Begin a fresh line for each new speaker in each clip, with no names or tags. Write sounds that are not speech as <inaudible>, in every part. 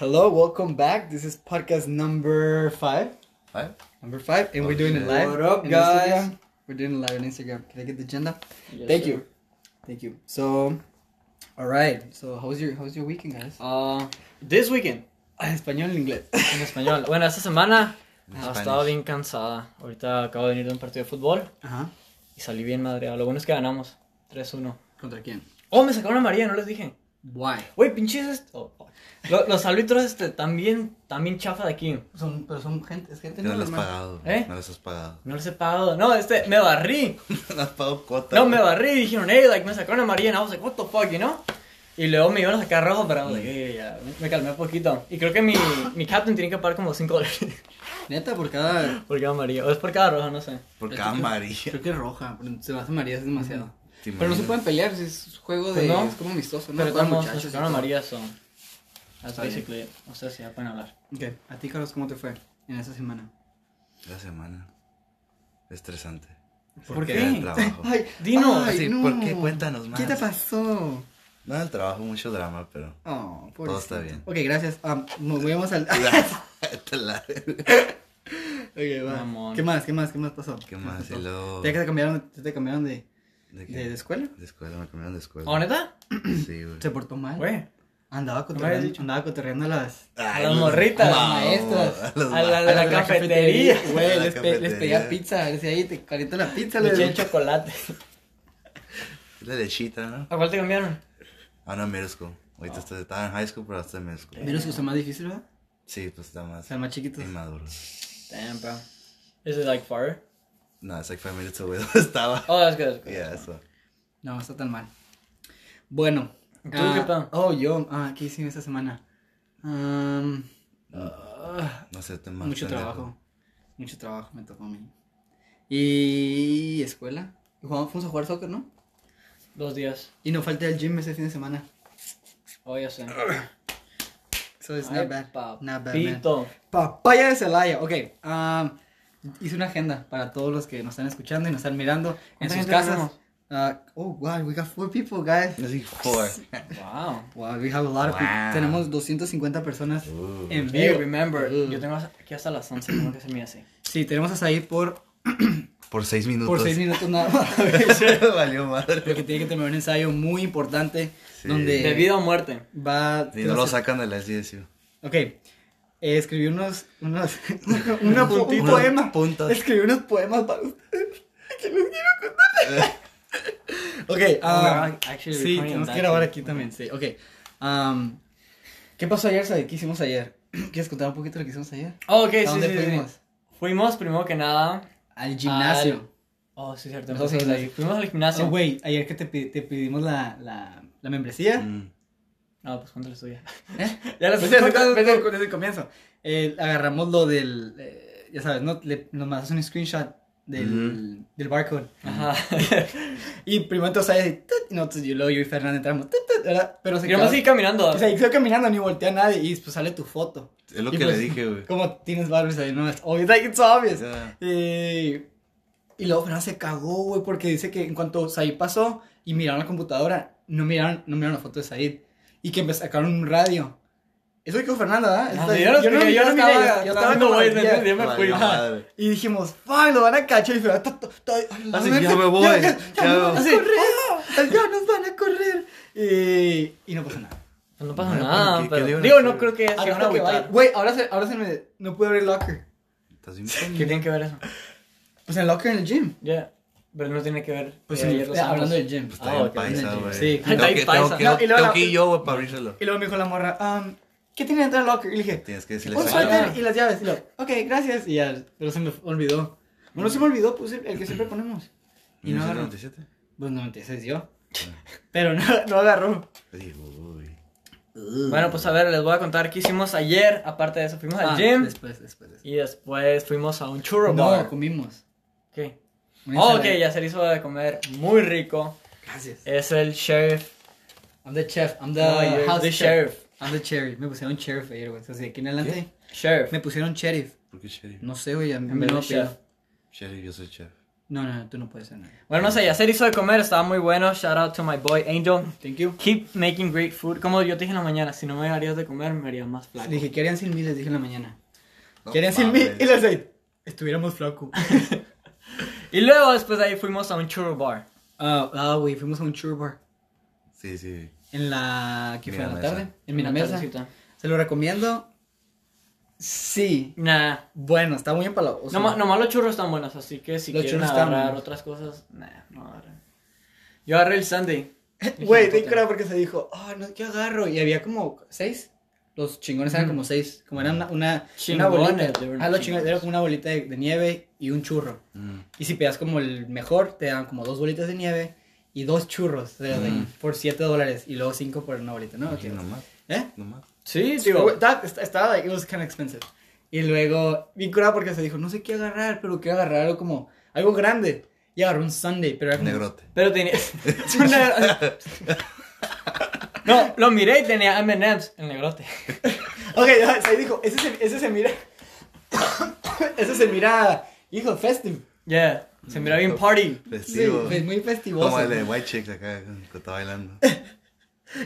Hello, welcome back. This is podcast number five.
Five?
Number five, and we're doing it
shit.
live.
Oh, What up,
on
guys?
Instagram. We're doing it live on Instagram. Can I get the agenda?
Yes,
Thank
sir.
you, thank you. So, all right. So, how's your how's your weekend, guys?
Ah, this weekend,
En español, en
<laughs>
inglés.
en español. Bueno, esta semana
In
ha estado
Spanish.
Ah, bien cansada. Ahorita acabo de venir de un partido de fútbol
Ajá.
y salí bien madreado. Lo bueno es que ganamos 3-1.
Contra quién?
Oh, me sacaron a María, no les dije.
Why?
Güey, pinches esto. Lo- los árbitros este, también, también chafa de aquí.
Son, pero son gente, es gente
No las has
normal.
pagado.
¿Eh?
No las has pagado. <laughs>
No les he pagado. No, este, me barrí.
no has pagado cuota.
No, me
güey.
barrí. Dijeron, hey, like, me sacaron a María. And I was like, what the fuck, you know? Y luego me iban a sacar rojo, pero I was like, "Eh, ya". me, me calmé un poquito. Y creo que mi, mi captain tiene que pagar como 5 dólares. <laughs>
Neta, por cada.
Por cada amarillo. O es por cada roja, no sé.
Por cada amarilla.
Creo que es roja, pero se me hace María, es demasiado.
¿Te
Pero no se
imaginas?
pueden pelear, si es juego
Mm. Pues
de.
no.
Es como amistoso, ¿no?
Pero
Juegan
estamos, nos
muchachos y
sacaron
todo.
amarillas, son. That's
Está bien.
basically it. O sea, si ya pueden hablar.
Ok, a ti, Carlos, ¿cómo te fue en esta semana?
La semana. Estresante.
¿Por,
qué? Era el trabajo.
Ay,
Dinos.
ay,
Sí,
no.
¿por qué? Cuéntanos más.
¿Qué te pasó?
No, el trabajo, mucho drama, pero.
Oh,
Todo está bien.
Ok, gracias. Ah, nos vemos al.
Te la-
<laughs> ok, va.
Mamón.
¿Qué más? ¿Qué más? ¿Qué más pasó?
¿Qué más?
pasó?
Y luego.
¿Ya que te cambiaron, ya te cambiaron de,
¿De qué?
de, de escuela?
De escuela, me cambiaron de escuela.
¿O ¿Oh, neta?
Sí, güey.
Se portó mal.
Güey.
Andaba
me habías
cotorreando,
dicho.
andaba cotorreando a las.
A
Ay,
las
Ah, los-
morritas.
no,
las maestras.
a los
A la-
ma-
la-
las de
cafetería.
Güey,
A la
les, pe- les
cafetería.
pedía pizza. Decía ahí, te calienta la pizza.
Le
les-
eché
<laughs>
chocolate.
La lechita, ¿no?
¿A cuál te cambiaron?
Ah, no, en middle school. Ahorita está- estaba en high school, pero hasta en middle school.
Menos que son más difícil, ¿verdad?
Sí, pues está más
Están más chiquitos.
inmaduro.
Damn, bro. Is it like far?
No, it's like five minutes away <laughs> donde
<laughs>
estaba.
Oh, that's good. that's good.
Yeah, so.
No, no está tan mal. Bueno.
¿Tú
ah,
qué tal?
Oh, yo. Ah, ¿qué hice esta semana? Um, ah,
No sé, te más
mucho
pendejo.
trabajo. Mucho trabajo me tocó a mí. Y escuela. Jugamos- Fuimos a jugar soccer, ¿no?
Dos días.
Y no falté al gym ese fin de semana.
Oh, ya sé.
So it's
Ay,
not bad. Not bad, man.
papito.
Papaya de Celaya. Ok. um, hice una agenda para todos los que nos están escuchando y nos están mirando en
¿Cuánta
sus
gente
casas.
tenemos?
Ah, oh, wow. We got four people, guys.
Es like four.
Wow.
Wow, we have a lot of people.
Wow.
Tenemos 250 personas
Ooh.
en
Hey,
vivo.
remember,
Mm.
yo tengo aquí hasta las 11, tengo que se me hace.
Sí, tenemos hasta ahí por,
Por seis minutos.
por 6 minutos nada
<laughs>
más.
Valió madre.
Porque tiene que terminar un ensayo muy importante
Sí.
donde
De vida o muerte.
va
Y no lo sacan de la SDSU.
Ok. eh, escribí unos, <laughs> unos una
Un-
puntita, un
unos
poema.
puntos.
Escribí unos poemas para ustedes. <laughs> Que les quiero contar.
Oh,
ok, um,
actually,
sí,
recording
tenemos que
that
grabar
too.
aquí también, sí. Ok. um, ¿Qué pasó ayer, Sadik? ¿Qué hicimos ayer? <clears throat> ¿Quieres contar un poquito lo que hicimos ayer?
Oh, ok, sí,
¿A dónde
sí, sí, sí.
fuimos?
Fuimos primero que nada
Al gimnasio.
Al- Oh, sí, cierto.
Nosotros
empezamos
sí.
ahí. Fuimos al gimnasio.
Oh, güey, ayer que te, pi- te pedimos la, la, la membresía.
Mm.
No, pues cuéntales <laughs> tú ya.
¿Eh?
Ya las
Pues desde, desde-
estoy contando.
desde- desde el comienzo. Eh, agarramos lo del. eh, ya sabes, ¿no? Le- nos mandas un screenshot del, del barcode.
Ajá.
Y primero entonces ahí, tut, y nosotros, yo, luego yo y Fernando entramos. tut, tut, ¿verdad? Pero se
Y vamos a seguir caminando.
o sea, y quedó caminando, ni voltea a nadie. Y pues sale tu foto.
Es lo
Y
que
pues,
le dije, güey.
Como tienes Barbies ahí, no, es obvious. Like, it's obvious.
Ya.
Eh, y luego Fernando se cagó, güey, porque dice que en cuanto Said pasó y miraron la computadora, no miraron, no miraron la foto de Said. Y que me sacaron un radio. Eso dijo Fernando, ¿verdad?
No,
Está-
yo no escuché, yo no
miré,
estaba-
yo
yo no,
como
güey,
al
no
día.
entendí. Yo me
Valió
fui, ajá.
madre.
Y dijimos, fuck, lo van a cachar. Y Fernando, ta- ta- ta- ay, la
Así,
verga,
ya me voy,
ya- Ya
ya
ya
me
nos van a
voy.
correr. Ya nos van a correr. Eh, Y no pasó nada.
Pues no pasa
No,
nada,
¿qué- qué
pero...
le iban a
Digo,
hacer?
no creo que se
Ahora
van a
Ah, que vaya-
agüitar.
Güey, ahora se, ahora se me. No pude abrir el locker.
Estás bien
¿Qué
pendejo.
tiene que ver eso?
Pues el locker en el gym.
Ya. Pero no tiene que ver.
Pues
que
en-
ayer lo
eh, hablando
usamos.
del gym.
Pues
Ah,
está bien
ok,
paisa,
Oh, sí,
güey.
sí,
Tengo
está
que-
bien
tengo
paisa.
que-
No, y luego
tengo
la-
que ir yo, güey, para abrírselo.
Y luego me dijo la morra, "Am, ¿qué tiene dentro del locker? Y le dije,
Tienes que decirle
un
eso.
suéter y las llaves. Y lo, ok, gracias. Y ya, pero se me olvidó. Bueno, se me olvidó, puse el que siempre ponemos. Y no agarró.
1997.
Pues 96 yo. <laughs> Pero no, no agarró.
Digo, uy.
Bueno, pues a ver, les voy a contar qué hicimos ayer. Aparte de eso, fuimos al
Ah,
gym.
Después, después. después.
Y después fuimos a un churro
No,
bar.
comimos.
¿Qué?
Una
Oh, ok,
ensalada.
ya se le hizo de comer muy rico.
Gracias.
Es el sheriff.
I'm the chef. I'm the
No, you're
house
the
chef.
sheriff.
I'm the sheriff. Me pusieron sheriff ayer, güey. Entonces, de aquí en adelante.
Sheriff.
Me pusieron sheriff.
¿Por qué sheriff?
No sé, güey. a mí
En
me
vez
lo
de chef.
apellido.
Sheriff, yo soy chef.
No, no, no, tú no puedes ser nada.
Bueno, no sé, hacer hizo de comer, estaba muy bueno. Shout out to my boy Angel.
Thank you.
Keep making great food. Como yo te dije en la mañana, si no me harías de comer, me harías más flaco.
Le dije, ¿qué harían sin mí? Les dije en la mañana.
No
¿Qué harían sin mí?
mames.
Y les dije, estuviéramos
<laughs>
flacos.
Y luego después de ahí fuimos a un churro bar.
Ah, ah, güey, fuimos a un churro bar.
Sí, sí.
En la... ¿Qué fue? ¿En la
Miramesa.
tarde? En
Una
Minamesa.
tardecita.
¿Se lo recomiendo? Sí.
Nah.
Bueno, está muy empalagoso.
Nomás, nomás los churros están buenos, así que si
Los
quieren
churros están
agarrar
buenos.
otras cosas, nah, no agarren. Yo agarré el Sunday.
<laughs> Güey, te creo porque se dijo, ah, no, ¿qué agarro? Y había como seis. Los chingones eran
Ujú.
como seis. Como eran una, una, una
Chingones,
bolita.
they were
Ah, los
chingones.
chingones. Era como una bolita de, de nieve y un churro.
Mm.
Y si pedías como el mejor, te daban como dos bolitas de nieve y dos churros de- de-
Mm.
por siete dólares. Y luego cinco por una bolita, ¿no?
No,
Ok.
nomás,
¿Eh?
nomás.
Sí,
Digo,
tío.
that- est- estaba, like, it was kind of expensive. Y luego, bien curado porque se dijo, no sé qué agarrar, pero quiero agarrar algo como, algo grande. Y agarró un Sunday, pero era como...
Negrote.
<laughs>
Pero tenía. <laughs> Una- no, lo miré y tenía MMs en negrote. <laughs>
Ok, <laughs> ya, ahí dijo, ese se, ese se mira... <coughs> ese se mira, hijo, festive.
Yeah, se miraba bien party.
Sí,
Festivo.
es muy festivoso.
Como el de White Chicks acá, que
<laughs>
está bailando.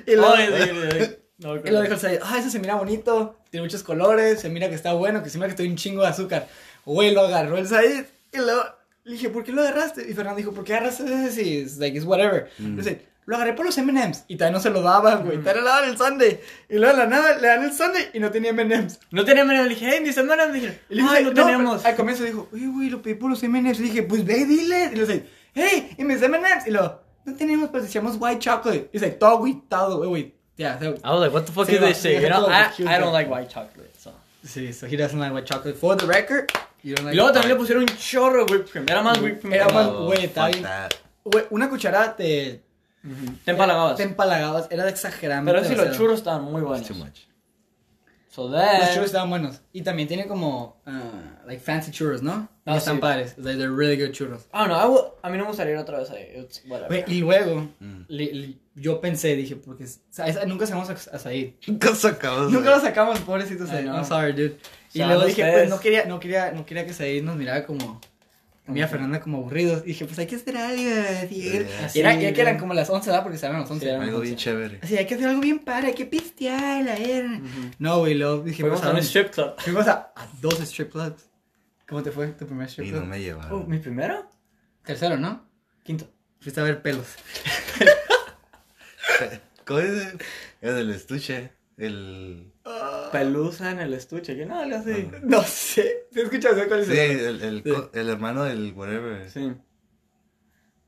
Y
"Oh,
luego,
Ay, sí, sí, sí. No,
<laughs> y luego dijo el Sunday, ah, ese se mira bonito, tiene muchos colores, se mira que está bueno, que se mira que tiene un chingo de azúcar. Güey, lo agarró el Said y luego le dije, ¿por qué lo agarraste? Y Fernando dijo, ¿por qué agarraste ese si es, like, it's whatever?
Mm.
Dice, lo agarré por los M&M's y todavía no se lo daban,
Mm.
güey, todavía le daban el Sunday. Y luego de la nada le dan el Sunday y no tenía M&M's.
No tenemos, le dije, hey, mis hermanas, me dijeron,
Y le dije,
ay, no, tenemos.
Al comienzo dijo, uy, güey, lo pedí por los M&M's. Y dije, pues ve, y dile. Y le dice, hey, y mis M&M's. Y lo, no tenemos, pues decíamos white chocolate. Y dice, todo agüitado, güey, güey. Ya, se-
I was like, what the fuck
Sí,
is this
va,
shit? You
deja
know,
todo
I,
cute,
I don't
bro.
like white chocolate, so.
Sí, so he doesn't like white chocolate. For the record, you don't like
Y luego también le
white-
pusieron un chorro de whipped cream. Era más whipped cream.
Era
que
más-
nada.
güey, está
fuck
bien.
that.
Güey, una cucharada te...
Ujú. Te empalagabas.
Te empalagabas, era de exageramente
Pero sí, los
demasiado.
churros estaban muy
It's
buenos.
too much.
So
Los churros
then,
estaban buenos. Y también tiene como, ah, like fancy churros, ¿no?
Ah,
Y están
sí.
padres. Like, they're really good churros.
I don't know, I would- a mí Ah, no me gustaría ir otra vez ahí. It's whatever.
Güey, y luego,
Mm.
le- le- yo pensé, dije, porque o sea, esa- nunca sacamos a, a Said.
Nunca sacamos.
Nunca lo sacamos, pobrecito
I
Said.
know.
I'm sorry, dude. Y
Saben
luego dije,
ustedes.
pues no quería, no quería, no quería que Said nos mirara como... Mira a Fernanda como aburridos. Y dije, pues hay que hacer algo. así.
Así,
Y era, ya que eran
güey.
como las 11, ¿verdad? Porque se eran las 11.
Sí, eran
Algo bien chévere.
Así, hay que hacer algo bien padre, hay que pistear, la era. No, güey, lo dije,
Fuimos a un
dónde?
strip club.
Fuimos a, a dos strip clubs. ¿Cómo te fue tu primer strip
Y
club?
no me
Oh,
llevaron.
¿Mi primero?
Tercero, ¿no?
Quinto.
Fuiste a ver pelos.
<laughs> ¿Cómo dice? Era del estuche. El.
Pelusa en el estuche. Que no, algo así.
Ah.
No sé, ¿te escuchas cuál es
Sí, el, el,
Sí.
co- el hermano del whatever.
Sí.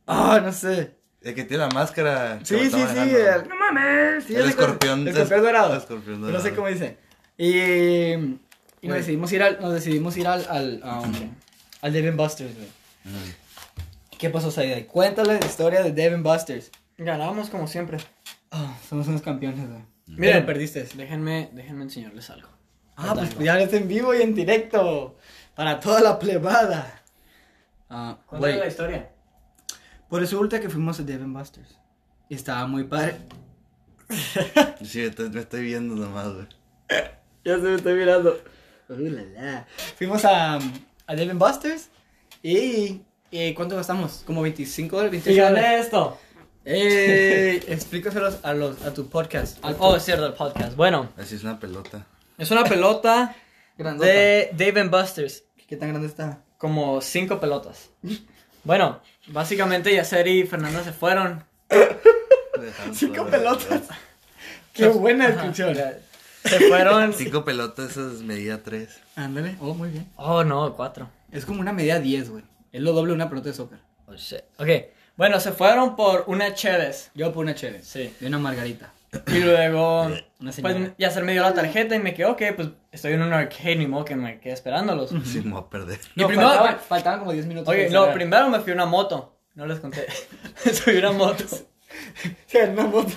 Ah, no sé.
El que tiene la máscara. que lo
Sí, sí,
está
sí.
manejando.
el- No mames. sí,
El
ya sé cuál-
escorpión-
El escorpión dorado.
el escorpión
No sé
dorado.
cómo dice. Y, y nos
Güey.
decidimos ir al, nos decidimos ir al, al, a un- al Dave and Buster's, güey.
Mm.
¿Qué pasó, Saida? Cuéntale la historia de Dave and Buster's.
Ganábamos como siempre.
Ah, somos unos campeones, güey.
Miren.
Pero perdiste.
Déjenme, déjenme enseñarles algo.
Ah, pues ya es en vivo y en directo. Para toda la plebada. Ah,
Cuéntame la
güey.
historia.
Pues resulta que fuimos a Devin Busters. Y estaba muy padre.
Sí, te- me estoy viendo nomás, güey.
Ya se me está mirando. Fuimos a, a Devin Busters. Y, y ¿cuánto gastamos? ¿Como 25 dólares?
Y
28 dólares.
gané esto.
Eh, <laughs> explícaselos a, los, a tu podcast.
Al- Oh, es cierto, el podcast. Bueno,
Así es una pelota.
es una <laughs> pelota
Grandota.
de Dave and Buster's.
¿Qué tan grande está?
Como cinco pelotas. Bueno, básicamente Yacer y Fernanda se fueron.
<laughs> Cinco pelotas. Qué buena descripción.
Se
<laughs>
fueron.
Cinco pelotas, esa es medida tres.
Ándale. Oh, muy bien.
Oh, no, cuatro.
Es como una media 10, güey. Es lo doble de una pelota de soccer.
Oh, shit. Ok. Bueno, se fueron por una Cheves.
Yo por una chévere.
Sí.
Y una margarita.
Y luego.
Una señora.
Pues Yacer me dio la tarjeta y me quedé, ok, pues estoy en un arcade, ni modo que me quedé esperándolos.
Sí, me voy a perder.
Y
No,
primero-
faltaban, faltaban como 10 minutos.
Oye,
para
no,
cerrar.
primero me fui a una moto. No les conté. <laughs> Me subí a una moto.
<laughs> Sí, en una moto.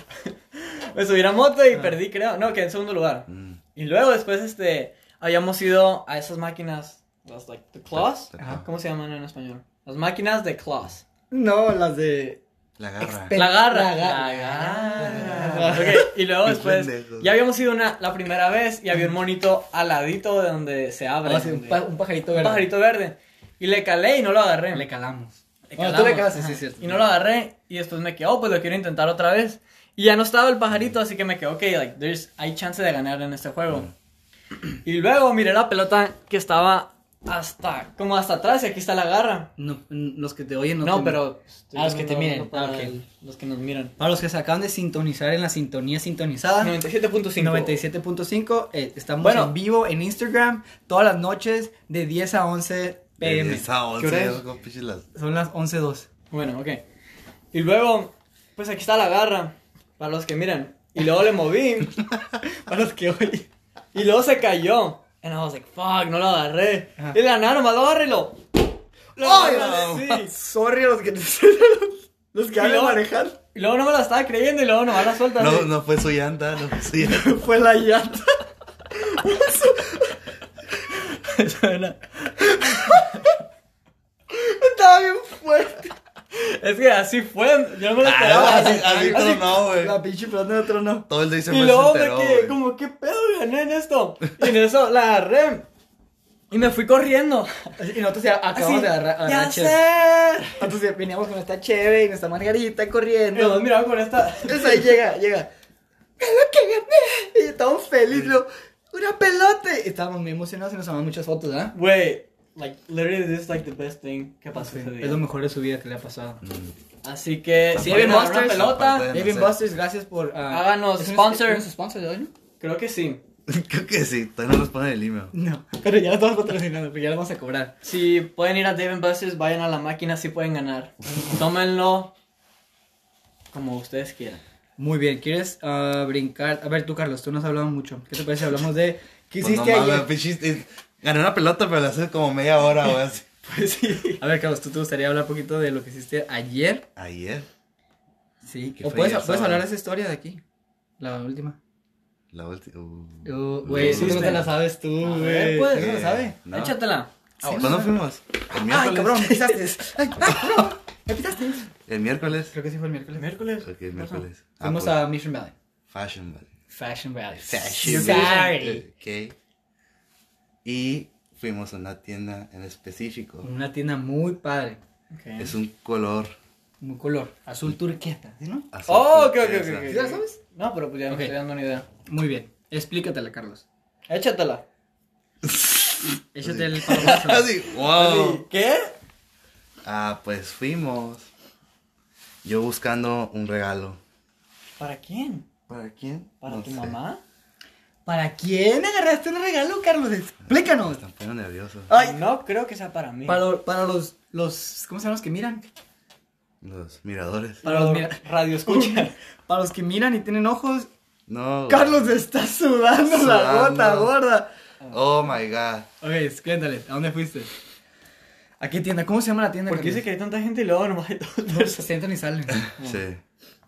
Me subí a una moto
Ah.
y perdí, creo. No, quedé en segundo lugar.
Mm.
Y luego después, este, habíamos ido a esas máquinas, las, like, the claws.
Ajá.
¿Cómo se llaman en español? Las máquinas de claws.
No, las de...
La garra.
Pe-
La garra.
la garra.
garra.
<laughs>
Ok, y luego
Qué
después,
pendejos.
ya habíamos ido una, la primera vez y había un monito aladito de donde se abre.
Ah, sí, un,
donde-
pa- un pajarito
un
verde.
pajarito verde. Y le calé y no lo agarré.
Le calamos. Bueno, tú le
calamos.
cagaste, sí,
Ajá.
cierto.
Y no lo agarré y después me quedó, pues lo quiero intentar otra vez. Y ya no estaba el pajarito, así que me quedó, ok, like, there's, hay chance de ganar en este juego. Y luego miré la pelota que estaba hasta, como hasta atrás y aquí está la garra.
No, n- los que te oyen no
No,
te-
pero...
Ah, los que te miren.
para
Ah, ok.
el- Los que nos miran.
Para los que se acaban de sintonizar en la sintonía sintonizada.
97.5.
97.5 eh, estamos
Bueno.
en vivo en Instagram todas las noches de 10 a 11 pm.
Esa once,
em, ¿Qué hora es?
loco, pinche las-
Son las 11.02.
Bueno, ok. Y luego, pues aquí está la garra, para los que miran. Y luego le moví, para los que oyen. Y luego se cayó. And I was like, fuck, no lo agarré.
Ajá.
Y de la nada nomás lo agarré y lo... lo
¡Ay,
agarré así.
Sorry a los que <laughs> los que
hablan
manejar.
Y luego no me la estaba creyendo y luego nomás la suelta.
No,
así.
no fue su llanta, no fue
<laughs>
su
<laughs>
llanta.
Fue la llanta.
Suena.
Estaba bien fuerte.
es que así fue, yo no me la
Ah,
esperaba.
así- así tronó, güey.
La pinche plata de otro no.
Todo el day se
Y
fue
luego
se
me
enteró,
quedé
güey.
como, ¿qué pedo gané en esto? Y en eso la agarré. Y me fui corriendo.
Y nosotros ya acabamos
Así,
de agarrar.
¡Ya
agarrar cheve.
sé!
Entonces ya veníamos con esta cheve y nuestra margarita
Los dos
corriendo.
miraban con esta.
Entonces ahí llega, llega. ¡Ve lo que gané! Y estábamos felices. luego, ¡Una pelota! Y estábamos muy emocionados y nos tomaban muchas fotos, ¿ah?
Güey, like, literally, this is like the best thing que pasó ese día.
Es lo mejor de su vida que le ha pasado.
Así que, si
Aparte
ven
de
una
Monsters,
pelota,
aparte
Dave and
no sé.
Buster's, gracias por. ah,
Háganos
¿es un-
sponsor.
¿Es un sponsor de hoy, no?
creo que sí.
<laughs> Creo que sí, todavía no responden el email.
No, pero ya lo estamos patrocinando, porque ya lo vamos a cobrar.
Si pueden ir a Dave and Buster's, vayan a la máquina, si pueden ganar. Tómenlo como ustedes quieran.
Muy bien, ¿quieres ah, brincar? A ver, tú, Carlos, tú no has hablado mucho. ¿Qué te parece si hablamos de qué
Pues
hiciste
no mames,
ayer?
pinche- eh, Gané una pelota, pero la hace como media hora, güey. así.
Pues sí.
A ver, Carlos, ¿tú te gustaría hablar un poquito de lo que hiciste ayer?
Ayer,
Sí.
¿Qué
¿O
fue
puedes,
ayer,
puedes
sábado?
hablar de esa historia de aquí? La última.
la última. uh.
Uh, Güey,
Sí,
tú no
sí.
te la sabes tú,
A
güey.
ver, pues.
Tú no la sabes.
Eh, No. Ah,
Échatela.
Sí,
¿Cuándo
no.
fuimos? El
Ay,
miércoles.
cabrón, me pisaste.
<laughs>
Ay, ay, cabrón, me pisaste.
El miércoles.
Creo que sí fue el miércoles.
miércoles?
Ok, el miércoles. Ah,
Fuimos
pues,
a Mission Valley.
Fashion, Valley.
Fashion Valley.
Fashion
Valley.
Ok. Y fuimos a una tienda en específico.
Una tienda muy padre.
Okay.
Es un color
Un color azul turquesa, ¿sí, no?
azul.
Oh, ok, ok,
turquesa.
ok.
¿Sí la sabes?
No, pero pues ya
Ok.
me estoy dando una idea.
Muy bien. Explícatela, Carlos.
Échatela.
Échate el palomazo.
<laughs> Así,
<laughs>
wow.
Así, Oh. ¿Qué?
Ah, pues fuimos. Yo buscando un regalo.
¿Para quién?
¿Para quién?
¿Para
No
tu
sé.
mamá?
¿Para quién agarraste un regalo, Carlos? Explícanos.
Me pongo nervioso.
Ay.
No creo que sea para mí.
Para, para los, los. ¿Cómo se llaman los que miran?
Los miradores.
Para los mira-
radio <laughs> escucha.
Para los que miran y tienen ojos.
No. güey.
Carlos está sudando la
Sudando.
gota gorda.
Oh my
Ah.
god.
Ok, cuéntale, ¿a dónde fuiste? ¿A qué tienda? ¿Cómo se llama la tienda?
Porque dice que hay tanta gente y luego nomás hay dos
No,
personas.
se entran y salen.
Sí.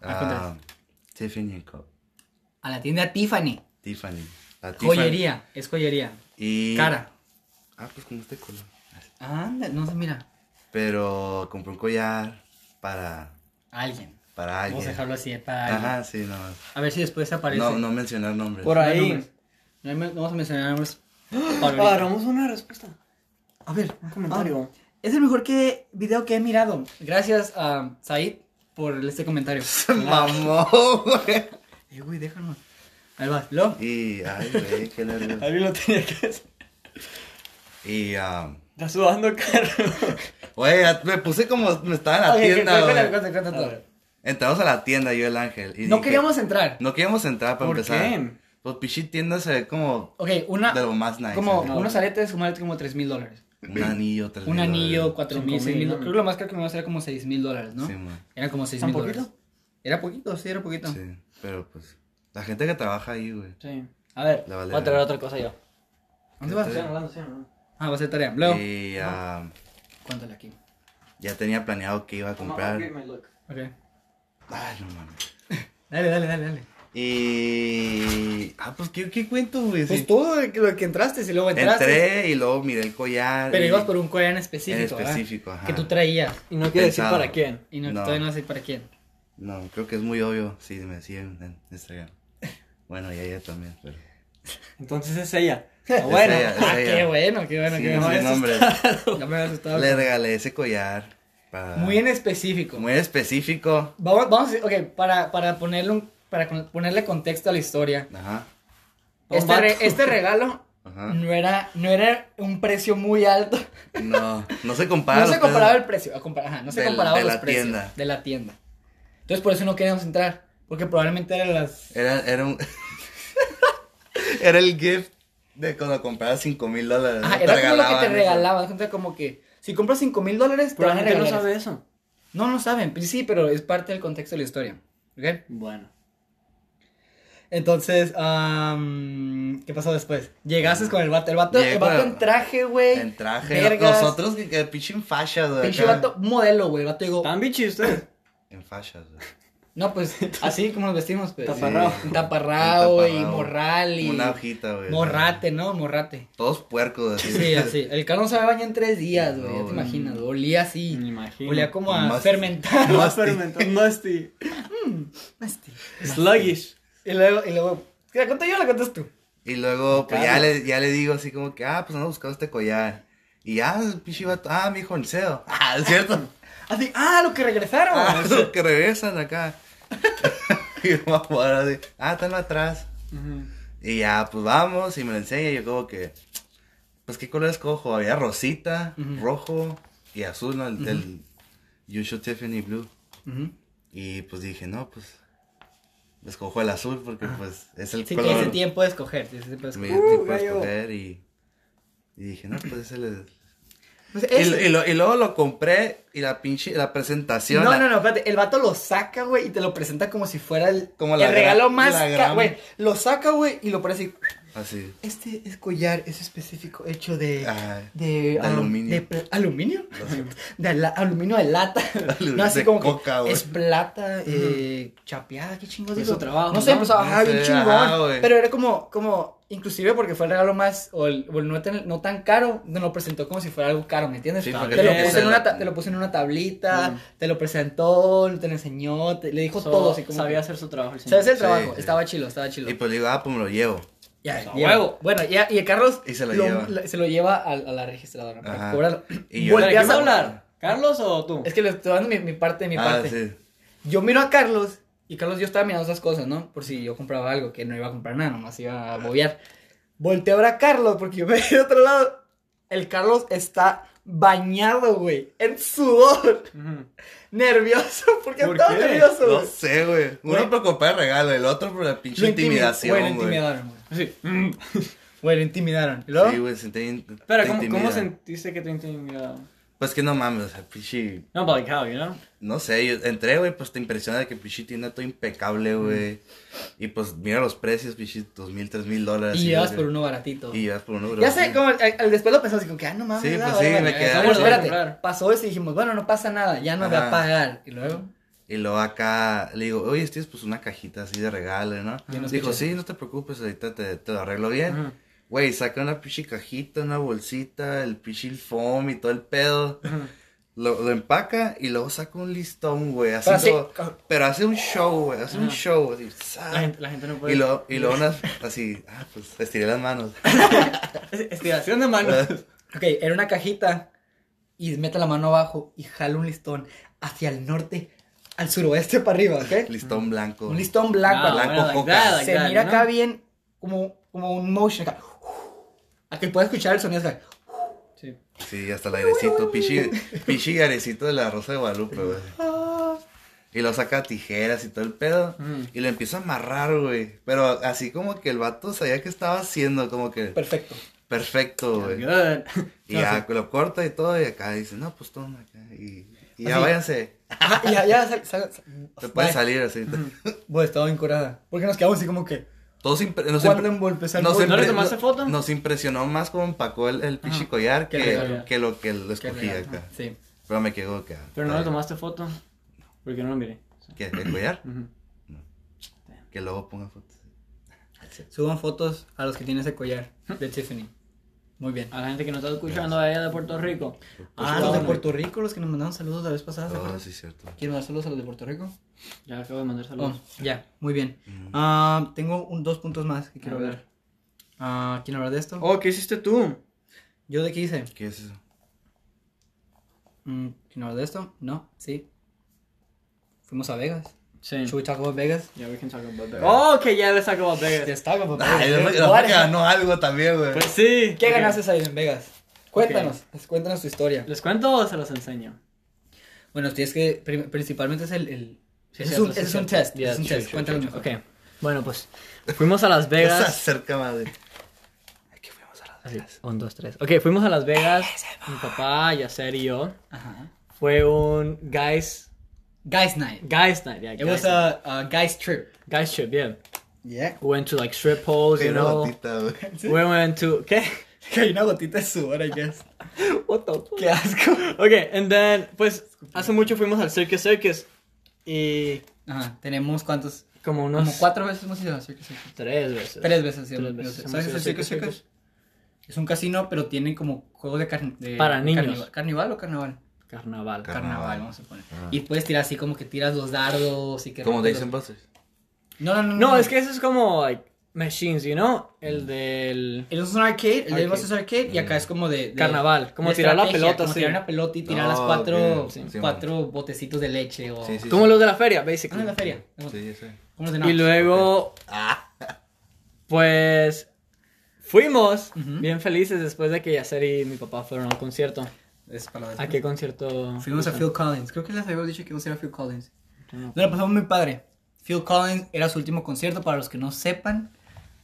Ah, cuéntales.
Ah, Tiffany Co.
A la tienda Tiffany.
Tiffany. La Tiffany.
Joyería, es joyería.
Y...
Cara.
Ah, pues con este color.
Anda, no se mira.
Pero compré un collar para,
Alguien.
para alguien.
Vamos a dejarlo así, para alguien.
Ajá, sí, no.
A ver si después aparece.
No, no mencionar nombres.
Por
No hay
ahí.
nombres. Ah, No, hay- no vamos a mencionar <gasps> nombres. Para ahorita.
Agarramos una respuesta.
A ver,
Un comentario.
ah, es el mejor que video que he mirado. Gracias a Said por este comentario. <laughs>
Mamó, güey.
Eh, güey, déjanos. Ahí va, lo.
Y, ay, güey, qué nervios.
Alguien Ah. lo tenía que hacer.
Y, ah,
Está sudando, Carlos.
güey, me puse como me estaba en la
Ok,
tienda,
cuéntale,
güey.
cuéntale, cuéntale
A
todo.
ver.
Entramos a la tienda, yo y el ángel. y
No
dije-
queríamos entrar.
No queríamos entrar para
¿Por
empezar.
qué?
Pues pichi tienda se ve como
Ok, una.
de lo más nice.
Como
¿no?
No.
unos aretes, como aretes como 3 mil dólares.
un anillo, tres
Un
mil
anillo,
dólares.
4 mil,
Cinco
6 mil.
mil, ¿no?
Creo que lo más caro que me iba a hacer era como 6 mil dólares, ¿no?
Sí, man.
Eran como 6
¿Tan
mil
poquito?
dólares. Era poquito, sí, era poquito.
Sí, pero pues la gente que trabaja ahí, güey.
Sí.
A ver,
La
Voy a traer otra cosa yo.
¿dónde vas?
Sí.
Sigan hablando, sigan hablando.
Ah, va a ser tarea. Luego,
Y ah,
cuéntale aquí.
ya tenía planeado que iba a comprar.
I'll give my look.
Ok.
Ay, no mames.
Dale, dale, dale, dale.
Y. Ah, pues, ¿qué, qué cuento, güey?
Pues
Sí.
todo lo que entraste, si luego entraste.
Entré y luego miré el collar.
Pero
y-
ibas por un collar en
En
específico, ¿verdad?
específico, ajá.
Que tú traías.
Y no quiero decir
Pensado.
para quién.
Y no,
No.
todavía no sé para quién.
No, creo que es muy obvio. Sí, me siguen en Instagram. Bueno, y ella también, pero.
Entonces es <laughs> ella.
Es
bueno.
ella, es
Ah,
ella.
qué bueno, qué bueno,
Sí,
qué bueno.
sin
Eso
nombre.
Ya me había asustado.
Le regalé ese collar Para-
Muy en específico.
Muy específico.
Vamos, vamos, a- ok, para, para, ponerle un- para con- ponerle contexto a la historia.
Ajá.
Un
Este, re-
vato.
este
<laughs>
regalo
Ajá.
no era, no era un precio muy alto.
No, no se compara.
No se
los
comparaba
pedos.
el precio. a compar- ajá, no se
Del-
comparaba
de
los
la
precios
tienda.
de la tienda. Entonces por eso no queríamos entrar. Porque probablemente eran las.
Era, era un. <laughs> era el gift de cuando comprabas 5 mil dólares.
Ajá,
¿no?
Ah, era como lo que te
eso.
regalaban. Gente como que si compras 5 mil dólares, te
Pero la
van a
gente no
regalar.
sabe eso.
No, no saben. pues Sí, pero es parte del contexto de la historia. ¿Ok?
Bueno.
Entonces, am, ¿qué pasó después? Llegaste con el vato. El vato,
Llegué
el vato
con-
en traje, güey.
En traje.
Vergas.
Nosotros que, que pinche en fachas, güey.
Pinche
acá.
vato modelo, güey. El vato digo,
¿Están bichi ustedes?
En fachas, güey.
no, pues así como nos vestimos, pues.
Taparrao.
Sí.
<laughs> Taparrao y
Taparrao.
morral y.
Una hojita, güey.
Morrate, ¿no? Morrate.
Todos puercos, así.
Sí, así. El carro no se baña en tres días, güey.
No,
ya te
güey.
imaginas. güey. Olía así.
Me imagino.
Olía como a
Musty. <laughs>
fermentado.
Musty.
fermentado. Musty. Sluggish.
Y luego, y luego. ¿La cuento yo o la cuentas tú?
<laughs> Y luego, pues ya
Claro.
le, ya le digo así como que, ah, pues ando buscando este collar. Y ya, el pinche vato, ah, mi hijo, el cedo. <laughs> Ah, es cierto.
Así, <laughs> ah, lo que regresaron.
Ah, <laughs> los que regresan acá. <laughs> y vamos ahora así, ah, están atrás.
Ujú.
Y ya, pues vamos, y me lo enseña. Y yo como que, pues, ¿qué color escojo? Había rosita, rojo y azul, ¿no? El, el usual Tiffany Blue.
Ujú.
Y pues dije, no, pues, escojo el azul porque, pues, es el
Sí,
color.
tienes el tiempo Uh, de escoger. tienes el tiempo de
Me
escoger.
dio tiempo a
gallo.
escoger y, y dije, no, pues ese le...
Pues,
Y,
es-
y lo- y luego lo compré y la pinche, la presentación.
No,
la-
no, no, espérate. El vato lo saca, güey, y te lo presenta como si fuera el,
Como
el
la gra-
regalo más.
la
ca-
grama.
Güey, lo saca, güey, y lo pone así.
Así.
Este es collar es específico hecho de.
Ah,
de,
de
ah,
aluminio.
de pl- ¿Aluminio? De la- aluminio de lata.
<laughs> Aluminio
no, así
de
como que
coca, güey.
Es plata, eh, chapeada, qué chingón.
Pues
digo.
su trabajo,
No sé,
¿no?
empezó,
No
ajá, bien
sé,
chingón.
ajá, ah, güey.
pero era como, como, inclusive porque fue el regalo más, o el, o el no, tan, no tan caro, nos lo presentó como si fuera algo caro, ¿me entiendes?
Sí, porque
te, lo
tiene
puso en
la-
una, ta- te lo puso en una tablita, te lo presentó, te lo enseñó, te, le dijo
So,
todo. Así como
sabía
que-
hacer su trabajo. el señor.
¿Sabes el
Sí,
trabajo?
sí.
Estaba chilo, estaba chilo.
Y pues le digo, ah, pues me lo llevo.
Ya,
A
lleva.
huevo.
Bueno, ya, y el Carlos
Y se lo
lo-
lleva.
la- se lo lleva a, a la registradora para
Ajá.
cobrarlo.
Y yo-
¿De qué
Volteas
vas a
a
hablar? ¿Carlos o tú?
Es que le estoy dando mi, mi parte, mi
ah,
parte.
sí.
Yo miro a Carlos y Carlos yo estaba mirando esas cosas, ¿no? Por si yo compraba algo que no iba a comprar nada, nomás iba a bobear. Volteo a ver a Carlos porque yo me de otro lado. El Carlos está bañado, güey, en sudor, <laughs>
Ujú.
nervioso, porque
¿Por
estaba
qué?
nervioso,
No
güey.
sé, güey.
Güey.
Uno por comprar regalo, el otro por la
Lo intimi-
pinche
Güey, lo
intimidación, güey.
intimidaron, güey.
Sí. Mm.
Güey, lo intimidaron. ¿Y luego?
Sí, güey, sentí in-
Espera,
te
¿cómo,
intimida.
¿cómo sentiste que te intimidaron?
Pues que no mames, o sea, pinche...
No, but like how, you know?
No sé, yo entré, güey, pues te impresiona de que pinche tiene todo impecable, güey. Y pues mira los precios, pinche, dos mil, tres mil dólares.
y llevas
llevas
por uno baratito.
Y llevas por uno,
Ya
bro.
sé, como al- al- después lo pensamos así como que, ah, no mames.
Sí,
¿verdad?
pues
Ahora
sí,
vale,
me
ya
quedé
estamos-
así.
espérate,
Claro.
pasó eso y dijimos, bueno, no pasa nada, ya no voy a
Ajá.
pagar. Y luego,
Y luego acá le digo, oye, este es pues una cajita así de regalo, ¿no?
Ya nos
Dijo,
escuchas.
sí, no te preocupes, ahorita te, te lo arreglo bien.
Ujú.
Güey, saca una pinche cajita, una bolsita, el pinche foam y todo el pedo.
Ujú.
Lo, lo empaca y luego saca un listón, güey, así
Pero así-
todo.
<laughs>
Pero hace un show, güey, hace un
Ajá.
show, así. ¡za!
La gente, la gente no puede.
Y luego, y luego unas, así, ah, pues, estiré las manos.
Es- Estiración
<laughs>
de manos.
ok, era una cajita y mete la mano abajo y jala un listón hacia el norte, al suroeste para arriba, ¿ok?
listón blanco.
Un listón blanco.
Ah,
acá.
blanco
bueno, like
coca.
that, like
Se
that,
mira
¿no?
acá bien, como, como un motion acá. A que pueda escuchar el sonido acá.
Sí.
Sí, hasta el airecito, pichi, pichi airecito de la Rosa de Guadalupe, güey.
Ah.
Y lo saca tijeras y todo el pedo.
Ujú.
Y lo empieza a amarrar, güey. Pero así como que el vato sabía que estaba haciendo, como que
Perfecto.
perfecto, güey.
<laughs>
Good.
Y
Ah,
ya lo corta y todo, y acá dice, no, pues toma acá. Y, y ya
Así.
váyanse.
Ajá, y ya, ya, sal, sal,
Se
bye.
puede salir así.
Bueno, estaba bien curada. Porque nos quedamos así como que.
Todos impre- nos
¿Cuándo
impre-
empezó el
nos
juego?
¿No le
impre-
tomaste
no-
foto? Ah,
Nos impresionó más como empacó el, el pinche
Ajá.
collar
Qué
que,
regalo.
que lo que lo
Qué
escogí
regalo.
acá.
Sí.
Pero me quedó acá.
Pero no le tomaste foto. Porque no lo miré.
¿Qué? ¿El collar?
Ujú.
Que luego ponga fotos.
Suban fotos a los que tienen ese collar de Tiffany. Muy bien.
A la gente que nos está escuchando allá de Puerto Rico.
Ah, los de
Pues,
Puerto Rico, los que nos mandaron saludos la vez pasada, ¿se
Oh,
acuerdan?
sí, cierto.
¿Quieren dar saludos a los de Puerto Rico?
Ya acabo de mandar
Oh,
saludos.
ya, muy bien. Ah, tengo un- dos puntos más que quiero
A
hablar.
ver.
Ah,
Oh.
¿Quieren hablar de esto?
Oh, ¿qué hiciste tú?
¿Yo de qué hice?
¿Qué es eso?
mm, ¿y no de esto? No, sí. Fuimos a Vegas.
Sí.
Should we talk about Vegas?
Yeah, we can talk about that. Oh, okay, yeah, let's talk about Vegas.
Let's talk about
Ay, Ah, la
Vegas.
flaca- la
What-
flaca ganó algo también, güey.
Pues sí.
¿Qué
Ok.
ganaste ahí en Vegas? Cuéntanos, cuéntanos tu historia.
¿Les cuento o se los enseño?
Bueno, tienes que, prim- principalmente es el... el ese
Sí,
es
cierto,
un,
sí,
ese es
cierto.
un test,
Yeah,
es un
sure,
test.
sure,
Cuéntanos.
sure,
mejor.
sure. Ok. Bueno, pues fuimos a Las
Se
Vegas.
acerca, madre. Ay, que fuimos a la
Así, un, dos, tres. Ok, fuimos a Las Vegas. Mi papá, Yasser y yo.
Ajá.
Fue un guys.
Guys night.
Guys night, yeah.
It
Guys,
was
night.
a, a guys trip.
guys trip, yeah.
<laughs> Yeah.
We went to like strip holes,
Cayó
you
una
know.
gotita, güey.
We went
<laughs>
to. ¿Qué?
Hay una gotita de sudor, I guess.
What the fuck?
Qué asco.
<laughs> Ok, and then, pues, hace mucho fuimos al Circus Circus. Y
Ajá, tenemos cuántos...
como unos.
Como cuatro veces hemos ido a Circus Circus.
Tres veces.
Tres veces. sí,
Tres
no
veces
sé.
hemos
¿Sabes
ido
el
a
Circus
Circus
Circus? Es un casino, pero tiene como juegos de, carni- de-
Para
de
niños.
carnival- ¿Carnival o carnaval?
Carnaval.
Car- Carnaval.
Carnaval, vamos a poner.
Ah.
Y puedes tirar así como que tiras los dardos y que...
Como Jason Buster.
No, no, no.
No, es que eso es como, like, machines, you know? El del.
El otro es un arcade, el de
Arcade.
Boston es arcade y acá es como de... de-
Carnaval, como
de
tirar la
estrategia,
pelota,
Como
sí.
tirar una pelota y tirar
No,
las cuatro,
ok, sí, sí,
cuatro botecitos de leche o...
Sí, sí.
Como los de la feria,
Ah,
basically.
en la feria.
Sí, ya sé.
Como los de
Y
Knox.
luego,
Ah,
pues. Fuimos
Ujú.
bien felices después de que Yasser y mi papá fueron a un concierto.
Es para la
¿A Ah, qué concierto?
Fuimos a
fueron?
Phil Collins. Creo que les había dicho que íbamos a ir a Phil Collins. Nos la pasamos muy padre. Phil Collins era su último concierto, para los que no sepan,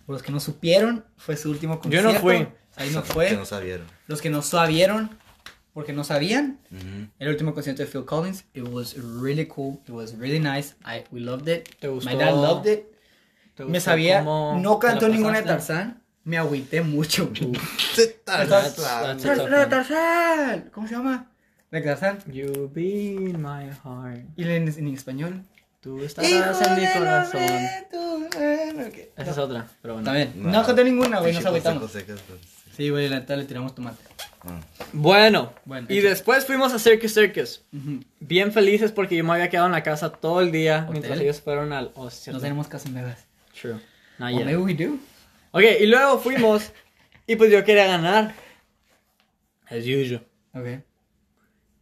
por los que no supieron, fue su último
Yo
concierto.
no fui.
Ahí no
que
fue.
no sabieron.
Los que no sabieron, porque no sabían,
Ujú.
el último concierto de Phil Collins. It was really cool. It was really nice. I, we loved it.
¿Te gustó?
My dad loved it.
¿Te
Me
gustó
sabía,
cómo
no
te la
cantó ninguna de
pasaste?
Tarzán. Me agüité mucho. <laughs>
Tarzán.
that's-
La de Tarzán. ¿Cómo se llama? La de Tarzán.
You be in my heart.
Y en, en español.
Tú estarás en mi corazón.
eh,
Esa es otra, pero bueno.
También. No,
No.
canté ninguna, güey, nos
Pinche
agüitamos.
consejos secos, pues.
Sí, güey, la neta le tiramos tomate.
Ah.
Bueno,
Bueno,
y
hecho.
después fuimos a Circus Circus.
Ujú.
Bien felices porque yo me había quedado en la casa todo el día
Hotel.
mientras ellos fueron al.
No
Oh, sí, cierto. Ah,
tenemos casa en Vegas.
True. Not
Or
yet.
maybe we do.
Ok, y luego fuimos y pues yo quería ganar. As usual.
Ok.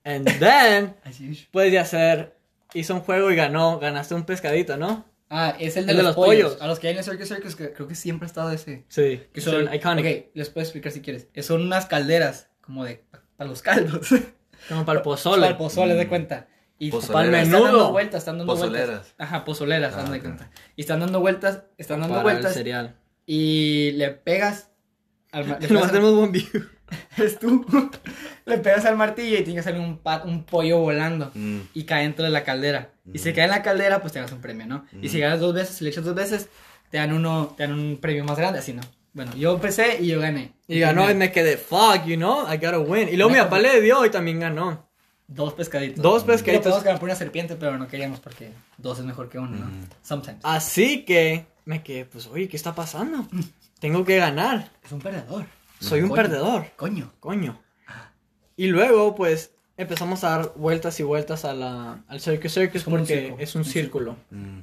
And then,
As usual.
pues de hacer, hizo un juego y ganó, ganaste un pescadito, ¿no?
Ah, es el de, los, pollos. A los que hay en el Circus Circus, que creo que siempre ha estado ese.
Sí.
Que
Es
son,
un iconic.
Ok, les puedo explicar si quieres. Eh, Son unas calderas, como de, para los caldos.
Como para
Para
el pozole.
el pozole, de
Mm.
cuenta. Y
Pozoleras.
están dando
Menudo.
vueltas, están dando vueltas.
Pozoleras.
Ajá, pozoleras,
Ah,
dando de
ok.
cuenta. Y están dando vueltas, están dando
para el
vueltas.
cereal.
Y le pegas. Al, ma- le
Nomás
pegas al-
tenemos buen view.
es tú. <laughs> Le pegas al martillo y tiene que salir un, pa- un pollo volando.
Mm.
Y cae dentro de la caldera. Y si
Ujú.
cae en la caldera, pues te ganas un premio, ¿no? Y si ganas dos veces, si le echas dos veces, te dan uno, te dan un premio más grande, así, ¿no? Bueno, yo empecé y yo gané.
Y ganó y
Gané
me quedé, fuck, you know, I gotta win. Y luego mi
Neta,
papá le dio y también ganó.
Dos pescaditos.
Dos
Lo podemos
pescaditos.
ganar por una serpiente, pero no queríamos porque dos es mejor que uno, ¿no? Sometimes.
Ah. Así que me quedé, pues, oye, ¿qué está <laughs> pasando? Tengo que ganar.
Es un perdedor.
Soy un
Coño.
perdedor.
Coño.
Coño. Y luego, pues, empezamos a dar vueltas y vueltas a la, al Circus Circus
Es como un
porque
circo,
es un
un
círculo.
Mm.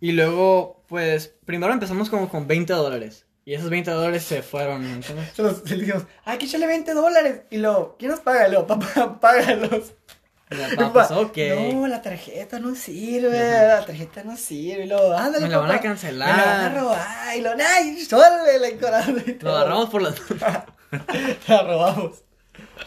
Y luego, pues, primero empezamos como con 20 dólares. Y esos 20 dólares se fueron, ¿me entiendes?
Se los- le dijimos, hay que echarle 20 dólares. Y lo, ¿quién nos paga? Y luego, papá, <laughs> págalos. <laughs>
Y mi papá, pues, ok.
No, la tarjeta no sirve, la tarjeta no sirve. Y luego, ándale,
Me la van a
papá,
cancelar.
Me la van a robar. Y lo, ay, órale, la encoraje.
Lo agarramos por las...
<laughs>
<laughs>
la robamos.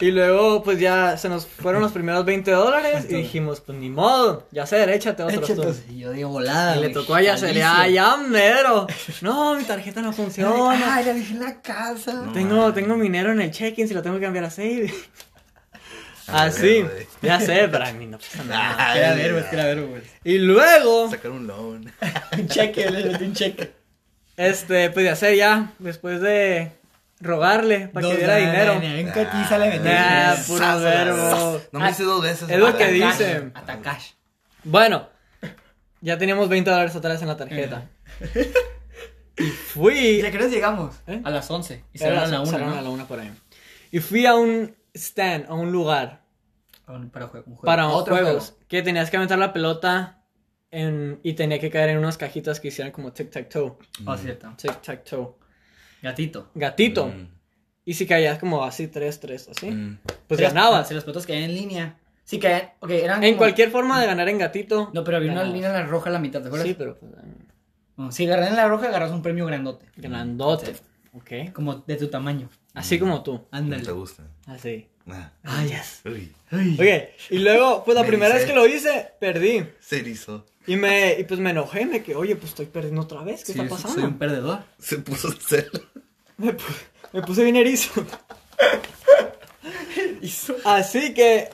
Y luego, pues, ya se nos fueron los primeros 20 dólares. Y dijimos, pues, ni modo. Ya sé, échate otros tú.
Entonces, y yo digo volada.
Y le
güey,
tocó a Yacer,
Alicia.
ya, ya,
<laughs>
mero. No, mi tarjeta no funciona.
Ay, la dejé en la casa.
Tengo, tengo mi dinero en el check-in, si lo tengo que cambiar a save.
A
Así,
ver, güey.
ya sé, pero a mí no
<laughs>
pasa nada.
Ay,
Era verbo, es que era verbo, güey.
Y luego,
Sacar un loan.
<laughs> Un cheque, le metí un cheque.
este, pues ya sé, ya, después de rogarle para que
Dos
diera
dólares,
dinero.
En
Ah,
cotiza le metí.
Nah,
Yes.
puro verbo.
No me hice dos veces.
Es lo
madre.
que
Hasta
dice.
cash, Hasta cash.
Bueno, ya teníamos 20 dólares otra vez en
<laughs>
la tarjeta. Y
¿Y
fui.
a qué nos llegamos?
¿Eh?
A las 11. Y
Era
cerraron a la
las-
1,
cerraron a
¿no?
la una por ahí. Y fui a un stand, a un lugar
A un- Para, jue- un juego.
para
A
otros juegos que tenías que aventar la pelota en- y tenía que caer en unas cajitas que hicieran como tic tac toe,
juego. Oh, cierto.
tic tac toe,
Oh, Gatito.
gatito.
Mm.
Y si caías como así 3-3, así,
Mm.
pues
Si las-
ganabas.
Si las pelotas caían en línea. Sí, caían. Ok, eran.
En
como-
cualquier forma de ganar en gatito.
No, pero había una
ganabas.
línea en la roja a la mitad, ¿te acuerdas?
Sí, pero pues, eh,
No, Si agarras en la roja, agarras un premio grandote.
grandote. Ok.
Como de tu tamaño.
Así como tú.
No
Ándale.
te gusta.
Así.
Nah.
Ah, yes.
Uy,
Ok. Y luego, pues la
Me
primera vez
dice-
que lo hice, perdí.
se erizó.
Y me, y pues me enojé, me que, oye, pues estoy perdiendo otra vez, ¿qué
Sí,
está
soy-
pasando?
soy un <laughs> perdedor.
Se puso celo.
<laughs> Me, pu- me puse bien erizo. Así que,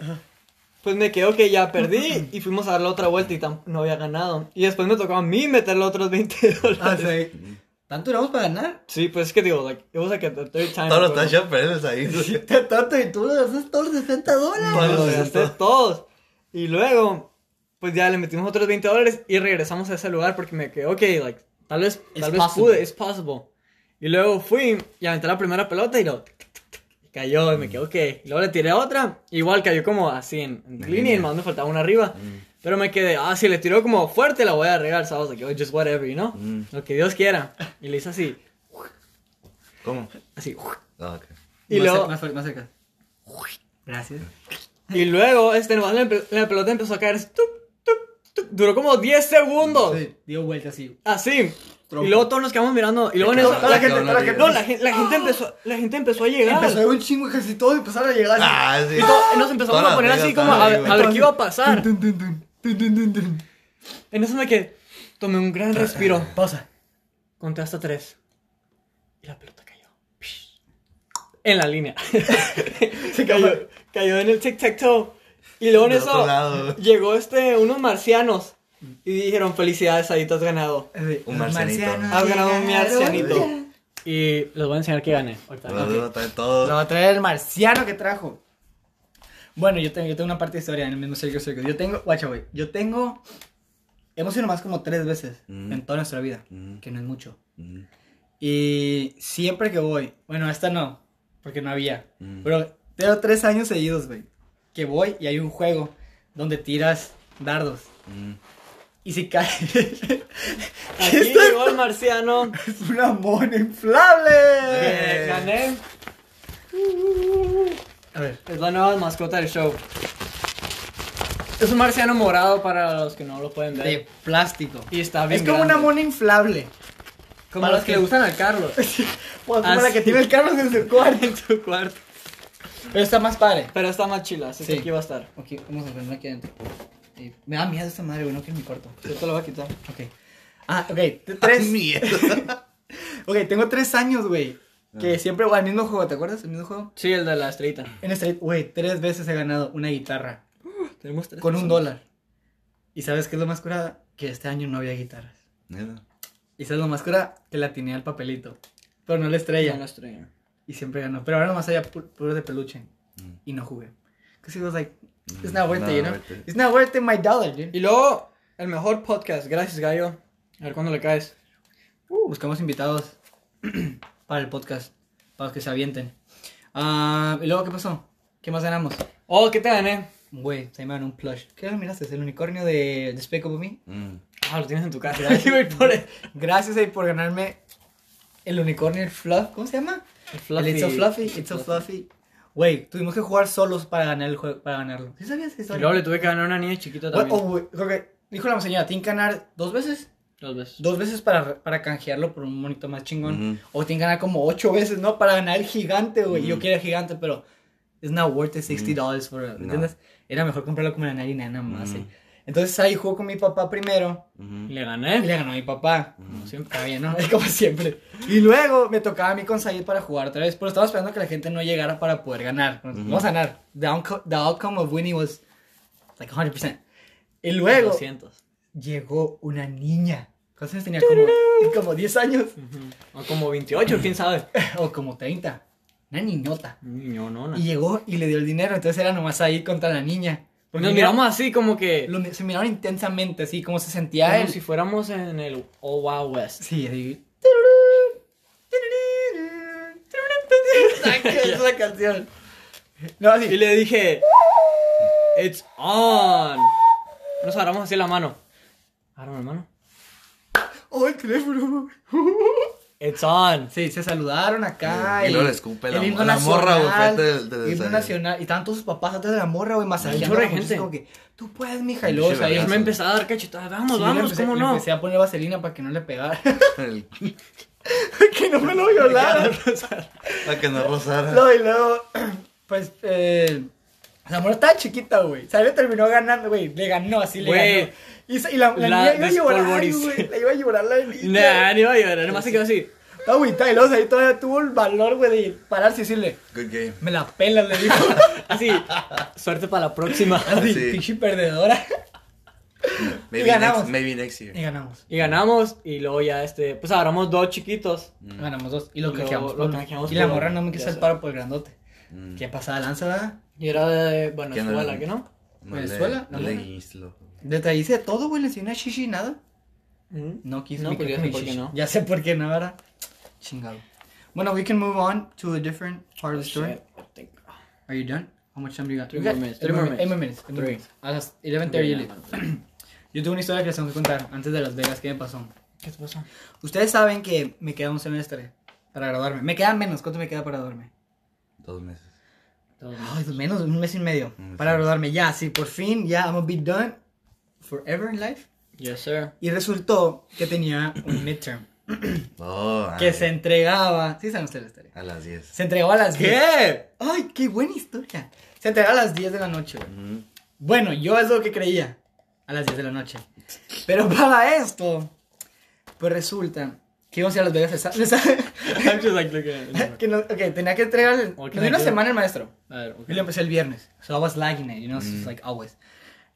pues me quedó que
<laughs>
ya perdí y fuimos a dar la otra vuelta y tam- no había ganado. Y después me tocó a mí meterle otros 20 dólares.
Ah, sí. ¿Tanto éramos para ganar? <laughs>
Sí, pues es que digo, like, it was like a third
Ah,
time.
Todos los
pero-
touchdowns perdidos ahí.
Tanto y tú le das todos los 60 dólares.
Todos
Todos
los gasté
todos.
todos. Y luego, pues ya le metimos otros 20 dólares y regresamos a ese lugar porque me quedé, ok, like, tal vez,
It's
tal vez
possible.
pude, es possible. Y luego fui y aventé la primera pelota y lo tic, tic, tic, y cayó y me quedé, ok. Y luego le tiré otra, igual cayó como así en,
En
en línea y
línea.
más me faltaba una arriba. Pero me quedé, ah, si le tiró como fuerte la voy a regar, ¿sabes? Like, oh, just whatever, you know?
Mm.
Lo que Dios quiera. Y le hice así,
¿Cómo?
así.
Ah, ok.
Y
más,
luego...
cer- más, cer- más cerca. Gracias.
Y luego, este, nomás la, empe- la pelota empezó a caer. así, tup, tup, tup. Duró como 10 segundos.
Sí, dio vuelta así.
Así.
Tronco.
Y luego todos nos quedamos mirando. Y luego en eso.
Toda la gente, toda la gente.
No, la, gen- la gente empezó, la gente empezó a llegar.
Empezó a ir un chingo casi todos empezaron a llegar. así.
Ah, sí.
Y to- nos empezamos
Todas
a poner
las
así
reglas
como a,
están ahí,
ver- a
güey.
ver qué iba a pasar.
Tun, tun, tun, tun, tun, tun, tun.
En eso me quedé. Tomé un gran respiro.
Pausa.
Conté hasta 3. Y la pelota cayó. Pish. En la línea. Se <laughs> cayó. Cayó en el tic-tac-toe. Y luego en
Del otro
eso.
lado.
Llegó este, unos marcianos. Y dijeron, felicidades, ahí te has ganado.
Eh,
Un
los
marcianito.
marcianos
Has ganado un
llegaron.
marcianito. Y les voy a enseñar que gané. Ahorita.
Ah.
Todo,
Ok.
todo, todo, todo.
Lo va a traer el marciano que trajo. Bueno, yo tengo, yo tengo una parte de historia en el mismo Circle Circle. Yo tengo, guacha, güey. Yo tengo. Hemos ido nomás como tres veces
Mm.
en toda nuestra vida,
Mm.
que no es mucho.
Mm,
Y siempre que voy, bueno, esta no, porque no había.
Mm.
Pero tengo tres años seguidos, güey, que voy y hay un juego donde tiras dardos.
mm.
Y si cae. <laughs>
Aquí
Esto
llegó el <laughs> marciano.
es una mona inflable.
Eh, Gané.
A ver,
Es la nueva mascota del show. Es un marciano morado para los que no lo pueden ver.
de plástico.
Y está bien
Es como una
grande.
mona inflable.
Como
para
los que le
que-
gustan al Carlos.
Pues, como
Así.
la que tiene el Carlos en <laughs> su cuarto.
en su cuarto.
Pero está más padre.
<laughs> Pero está más chila, así
Sí.
que aquí va a estar.
Ok, vamos a ponerlo aquí adentro. Eh, me da miedo esta madre, güey, no que en mi cuarto.
Yo te lo voy a quitar.
Ok. Ah, ok, t- tres.
Ay, mierda.
Ok, tengo tres años, güey. Que siempre, güey, al mismo juego, ¿te acuerdas? El mismo juego.
Sí, el de la estrellita.
En Street, güey, tres veces he ganado una guitarra
Tenemos tres.
con un
personas.
dólar. ¿Y sabes qué es lo más curada? Que este año no había guitarras.
Mierda.
¿Y sabes lo más curada? Que la tenía el papelito. Pero no la
Ya
estrella.
la estrella.
Y siempre ganó. Pero ahora nomás había pu- puros de peluche.
Mm.
Y no jugué. Because it was like,
Mm,
it's not worth
not
it, you know?
worth it.
It's not worth it, my dollar, dude.
Y luego, el mejor podcast. Gracias, Gallo. A ver cuándo le caes.
Uh, Buscamos invitados <clears throat> para el podcast, para los que se avienten. Ah, ¿Y luego qué pasó? ¿Qué más ganamos?
Oh, ¿qué te gané?
Güey, se me ganó un plush. ¿Qué lo miraste? ¿El unicornio de, de Spec Up
<laughs>
Me?
Mm.
Ah, lo tienes en tu casa.
<laughs>
Yo voy por el,
Gracias ahí por ganarme el unicornio, el fluff. ¿Cómo se llama?
el
El It's so Fluffy. It's so Fluffy. Güey, tuvimos que jugar solos para ganar el juego, para ganarlo. ¿Sí sabías esa
Y
historia?
luego le tuve que ganar a una niña chiquita
Güey,
también.
oh, güey, creo que dijo la señora, tienen que ganar dos veces.
Dos veces.
Dos veces para, para canjearlo por un monito más chingón.
Ujú.
O tienen que ganar como ocho veces, ¿no? Para ganar el gigante, güey. Yo quiero el gigante, pero it's not worth the 60 dollars for, ¿me
No.
¿entiendes? Era mejor comprarlo como la narina nada más, ¿eh? Entonces ahí jugó con mi papá primero.
Mm.
Y le
Y
gané.
le ganó a mi papá.
Como siempre.
Está bien, ¿no? <laughs> Es como siempre. Y luego me tocaba a mí con Said para jugar otra vez. Pero estaba esperando que la gente no llegara para poder ganar. Vamos a ganar. The, outco- the outcome of winning was like 100%. Y luego
200.
llegó una niña. ¿Cuántos años tenía? Como, como 10 años. <laughs>
O como 28, quién sabe.
o como 30. Una niñota.
Niño, no,
Y llegó y le dio el dinero. Entonces era nomás ahí contra la niña. Porque
Pues Nos
mira-
miramos así como que.
lo mi- se miraron intensamente, así como se sentía
Como
él.
si fuéramos en el All Wild West.
Sí, así. <laughs> es la canción. No,
Y
así.
le dije. It's on. Nos agarramos así la mano. Agarramos la mano.
¡Oh, el teléfono!
It's on.
Sí, se saludaron acá.
Y luego le escupe la- la morra, güey, frente del- del
el himno
desayuno.
nacional. Y estaban todos sus papás atrás de la morra, güey, masajeando.
chorro de
la conciencia, Como
gente.
que, tú puedes, mija. Y
Un
luego, o sea,
chorro
Yo
de
ellos-
me empezaba a dar cachetadas. Vamos,
sí, le
vamos,
empecé-
¿cómo
le
no?
Empecé a poner vaselina para que no le
<laughs>
pegara.
El-
que no me lo
<laughs>
violaran.
Para que no rozara.
No, y luego, <clears throat> pues, eh, la morra estaba chiquita, güey. O sea, le terminó ganando, güey. Le ganó, así
Güey.
le ganó. Y, se- y la, la,
La
niña iba a llorar,
despolvoricé.
güey. La iba a llorar la niña.
Nah, no iba a llorar, nomás se quedó así.
Estaba agüita y luego ahí todavía tuvo el valor, güey, de pararse y decirle,
Good game.
me la pelas, le dijo.
<laughs> Así, suerte para la próxima.
Así,
Sí.
Ah, pinche perdedora.
Maybe
ganamos.
Next, maybe next
Y
year.
ganamos.
Y ganamos, y luego ya este, pues agarramos dos chiquitos.
Mm.
Ganamos dos. Y lo
Lo-
canjeamos.
lo
por-
canjeamos
Y la
por-
morra no me quiso
ya
el
sé.
paro por el grandote.
Mm.
¿Qué pasaba lanza, verdad?
Y era de Venezuela,
era?
¿qué no?
No
Venezuela,
le- No
la
le
morra.
guiste, loco.
Detallice de todo, güey. Le enseñó una shishi y nada.
¿Mm?
No quiso
No,
ni
pues
que
ya
fuera
sé por qué
shishi.
no.
Ya sé por qué no, ¿verdad? Chingado. Bueno, we can move on to a different part of the story.
Oh, Shit, I think-
Are you done? How much time do you got?
Three
We
more
got
minutes,
eight
three more
min- Eight more minutes. eight more
Three.
minutes. A las 11.30 you leave. Yo tengo una historia que les tengo que contar antes de Las Vegas. ¿Qué me pasó?
<clears throat> ¿Qué te pasó?
Ustedes saben que me queda un semestre para graduarme. Me quedan menos. ¿Cuánto me queda para graduarme?
Dos meses.
Ay, pues menos un mes y medio
Un mes
para
y medio.
graduarme. Ya, sí, por fin, ya, I'm gonna be done forever in life.
Yes, sir.
Y resultó que tenía
<coughs>
un midterm
Oh,
que
ay,
se entregaba. Sí, saben ustedes la historia.
A las 10.
Se entregaba a las 10.
¿Qué? <laughs>
Ay, qué buena historia. Se entregaba a las 10 de la noche, güey.
Mm,
Bueno, yo es lo que creía. A las 10 de la noche. Pero <laughs> para esto, pues resulta que íbamos a ir a Las Vegas. esa-
<laughs>
esa-
I'm just like looking at it.
que no, ok, tenía que entregar. el-
Ok,
me dio una
ok.
semana el maestro.
A ver, ok. Mm.
Y lo empecé el viernes. So I was lagging it, you know, so it's like always.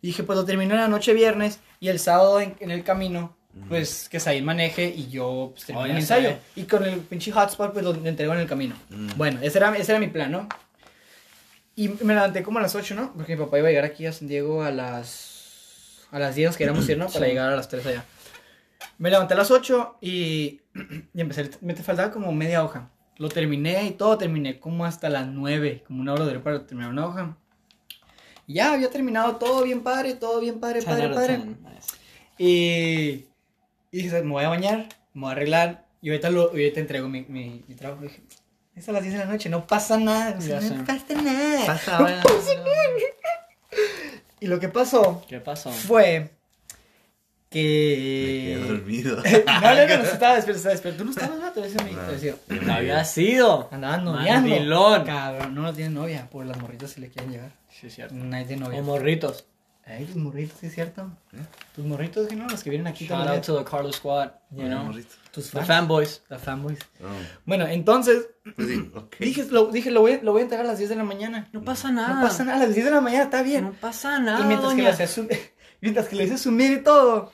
Y dije, pues lo terminé la noche viernes y el sábado en, en el camino, pues que Said maneje y yo pues, terminé
Mm. Oh,
el
ya
ensayo.
sabe.
Y con el pinche hotspot, pues lo entrego en el camino.
Mm.
Bueno, ese era, ese era mi plan, ¿no? Y me levanté como a las 8, ¿no? Porque mi papá iba a llegar aquí a San Diego a las, a las 10, nos queríamos ir, ¿no? Para llegar a las 3 allá. Me levanté a las 8 y, <clears throat> y empecé. el- Me te faltaba como media hoja. Lo terminé y todo, terminé como hasta las 9, como una hora duró para terminar una hoja. Y Ya había terminado todo bien padre, todo bien padre,
Ten out
padre,
of
padre.
ten. Nice.
Y, y dije, me voy a bañar, me voy a arreglar y ahorita, lo, y ahorita entrego mi, mi, mi trabajo. Y dije, es a las 10 de la noche, no pasa nada, o sea,
Ya sé.
no pasa nada. <laughs>
Pasaba.
Y lo que pasó
¿Qué pasó?
fue
Me quedé
que... <laughs>
dormido. <laughs>
No, no, no, no, estaba despierto, estaba despierto. Tú no estabas, ¿verdad? Te lo decía mi-
No.
te lo decía.
No había sido.
Andaban noviando.
Mandilón.
Cabrón, no, no tiene novia. Por las morritas si le quieren llegar.
Sí, es cierto.
Nadie tiene novia.
O morritos.
Ay, tus morritos, sí es cierto. ¿Eh? Tus morritos, que no, los que vienen aquí
Shout
también.
out to the Carlos Squad, you know.
Morrito.
Tus
The
fans.
fanboys.
Los fanboys.
Oh,
Bueno, entonces,
pues sí, ok.
dije, lo, dije lo, voy, a- lo voy a entregar a las 10 de la mañana.
No pasa nada.
No pasa nada, a las 10 de la mañana está bien.
Ah. No pasa nada.
y mientras que,
doña.
le hacía su- <laughs> mientras que le hice sumir y todo,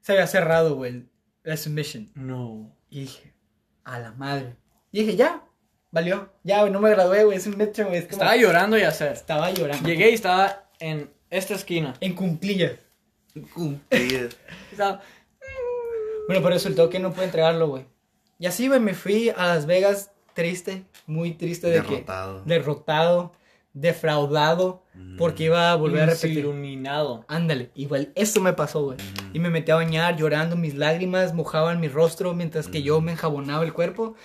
se había cerrado, güey, la submission.
No.
Y dije, a la madre. Y dije, ya, valió. Ya, güey, no me gradué, güey, es un metro, güey. es como-
Estaba llorando y hacer.
Estaba llorando.
Llegué y estaba en esta esquina.
En cunclillas. eh,
Cumplí.
Estaba-
Bueno, pero resultó que no pude entregarlo, güey. Y así, güey, me fui a Las Vegas triste, muy triste de
Derrotado.
que... Derrotado. defraudado, porque iba a volver a repetir.
Iluminado.
Ándale, igual eso me pasó, güey. Y me metí a bañar llorando, mis lágrimas mojaban mi rostro mientras que yo me enjabonaba el cuerpo.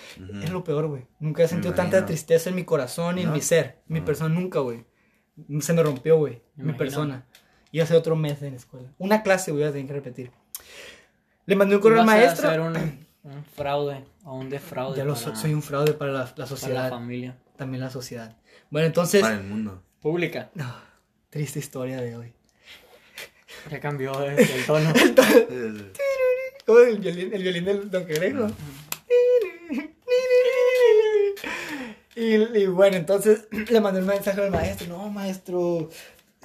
Es lo peor, güey. Nunca he sentido tanta
imagino.
tristeza en mi corazón y en
¿No? Mm.
mi ser. Mi persona nunca, güey. Se me rompió, güey. Mi
Me imagino.
persona. Y hace otro mes en la escuela. Una clase, güey, voy a tener que repetir. Le mandé un correo al
Ibas a
maestro.
hacer un, un fraude o un defraude.
Ya lo so-
para-
soy un fraude para la, la
para la
sociedad.
familia.
También la sociedad. Bueno, entonces.
Para el
<laughs>
mundo.
Pública.
No, triste historia de hoy.
Ya cambió el, el <laughs> tono.
Eh,
Como el violín, el violín del Don Cangrejo. Y, y bueno, entonces <clears throat> le mandé un mensaje al maestro. No, maestro.
No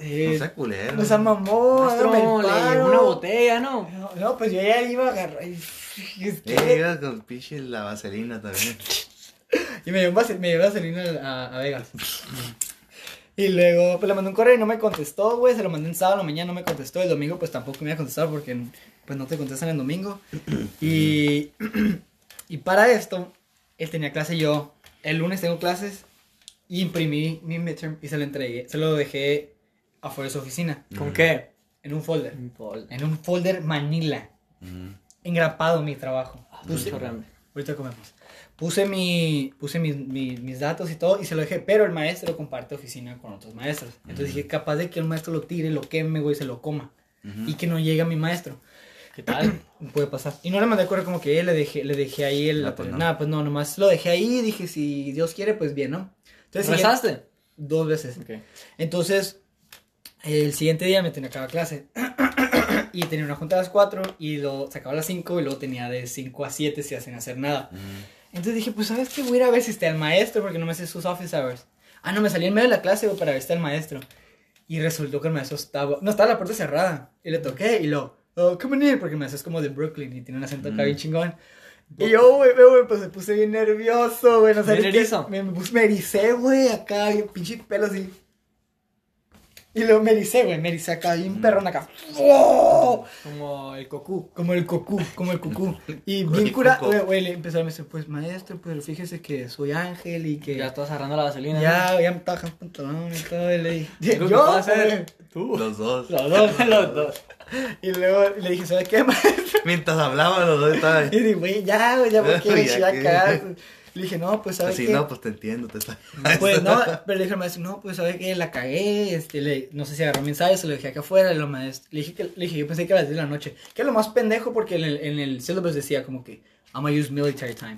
Eh,
sea culero.
nos amamó.
Maestro, le llegó una botella, ¿no?
No, no, pues yo ya iba a agarrar. <laughs> y- es que-
Eh, iba con pinche la vaselina <laughs> también.
Y me llevó, a, me llevó a Selena al- a, a Vegas. Y luego, pues le mandé un correo y no me contestó, güey. Se lo mandé en sábado, a la mañana no me contestó. El domingo, pues tampoco me iba a contestar porque, pues no te contestan el domingo. Y, y para esto, él tenía clase yo. El lunes tengo clases y imprimí mi midterm y se lo entregué. Se lo dejé afuera de su oficina,
¿Con qué?
en un folder.
Un folder.
En un folder manila,
Mm.
engrapado mi trabajo.
Ah, pues,
Mucho grande.
Ahorita comemos. Puse, mi, puse mis, mi- mis datos y todo y se lo dejé, pero el maestro comparte oficina con otros maestros. Entonces dije, capaz de que el maestro lo tire, lo queme, güey, se lo coma. Y que no llegue a mi maestro.
¿Qué tal?
Puede pasar. Y no le mandé correo como que eh, le dejé, le dejé ahí el...
Ah, pues no.
Nada, pues no, nomás lo dejé ahí y dije, si Dios quiere, pues bien, ¿no? Entonces, siguiente-
¿Rezaste?
dos veces.
Ok.
Entonces, el siguiente día me tenía que acabar clase. <clears throat> y tenía una junta a las 4 y lo sacaba a las 5 y luego tenía de 5 a 7 si hacen hacer nada. Entonces dije, pues sabes qué, voy a ir a ver si está el maestro porque no me sé sus office hours. Ah, no, me salí en medio de la clase güey, para ver si está el maestro. Y resultó que el maestro estaba, no, estaba la puerta cerrada. Y le toqué y lo, oh, come in here", porque el maestro es como de Brooklyn y tiene un acento acá
Mm.
bien chingón. Y yo, güey, güey, güey, pues me puse bien nervioso, güey. No
Bien
sabes qué-
erizo.
Me, me, puse- me ericé, güey, acá, bien pinche pelo así. Y luego me ericé, güey, me ericé acá, bien
Mm.
perrón acá. ¡Wow!
Como el cocú.
Como el cocú, como el cocú. Y
Como
bien
el
cura,
coco.
güey, güey, le empezó a decir, pues maestro, pues fíjese que soy ángel y que
Ya
ya,
estás agarrando la vaselina.
ya, me taja el pantalón y todo. Y le
<laughs>
dije,
Digo, ¿qué
yo,
pasa?
güey.
Tú.
Los dos.
Los dos, <laughs> los dos.
Y luego le dije, ¿sabes qué, <laughs> maestro?
Mientras hablaban los dos estaban.
<laughs> Y dije, güey, ya, güey, ya, porque
Ya
qué
que-
acá? Le dije, no, pues, ¿sabes
Así,
qué?
no, pues te entiendo, te está. <laughs>
Pues no, pero le dije al maestro, no, pues sabe que la cagué, este, le, no sé si agarró mi ensayo, se lo dejé acá afuera, y lo maestro, le dije que, le dije, yo pensé que a las 10 de la noche, que es lo más pendejo porque en el, en el syllabus decía como que, I'm gonna use military time.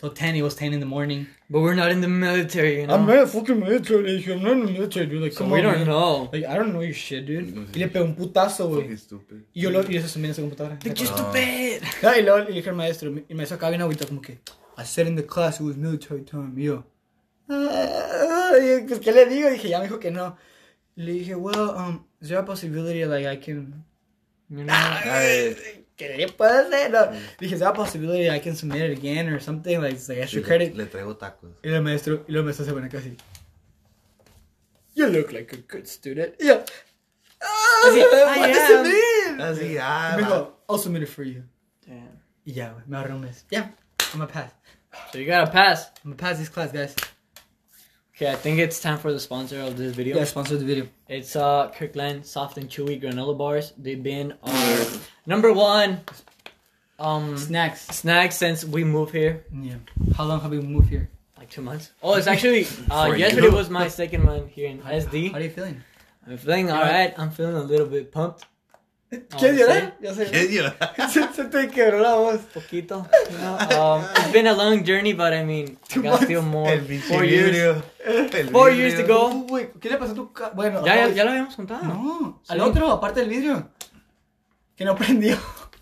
So 10, it was 10 in the morning.
But we're not in the military, you know.
not fucking military, le dije, I'm not in the military, dude, like,
So we don't know.
Like, I don't know your shit, dude.
No sé.
Y le pegó un putazo,
Fucking
güey.
stupid.
Y yo lo, y eso se me en su computadora.
Like, you're stupid.
Ah, y luego le dije al maestro, y el maestro acá bien agüita como que, I said in the class it was military time, y yo, "Ah", y pues, ¿qué le digo? Dije, ya me dijo que no. Le dije, well, um, is there a possibility like I can...
You
Ah.
know.
Ay,
¿Qué le puedo hacer? No. Dije, is there a possibility I can submit it again or something, like, it's like extra
le,
credit?
le traigo tacos.
Y el maestro, y el maestro se pone casi, you look like a good student. Y yo, ah,
Así, "I
what does
am".
it mean?
Así,
Y
ah,
me
va.
dijo, I'll submit it for you.
Damn.
Y ya, güey, me ahorré un mes. Ya, I'm a pass.
So you gotta pass.
I'm gonna pass this class, guys.
Okay, I think it's time for the sponsor of this video.
Yeah, sponsor the video.
It's uh Kirkland soft and chewy granola bars. They've been our number one um
Snacks.
snack since we moved here,
Yeah. How long have we moved here?
like two months. Oh, it's actually uh,
For
yesterday
you.
was my second one here in
How
SD.
are you feeling?
I'm feeling all right. I'm feeling a little bit pumped. I
¿Quieres
would
llorar? Ya sé.
<laughs> ¿Qué llorar?
<laughs> se, se te quebró la voz.
say. Poquito, you know? um, it's been a long journey, but I mean, I got
months.
still more.
El pinche
Four years.
vidrio. El
Four years
vidrio.
to go.
Oh, güey, ¿qué le pasó a tu ca- Bueno,
Ya, ya,
no,
ya lo habíamos contado.
No, al
Sí.
otro, aparte del vidrio. Que no
<laughs>
prendió.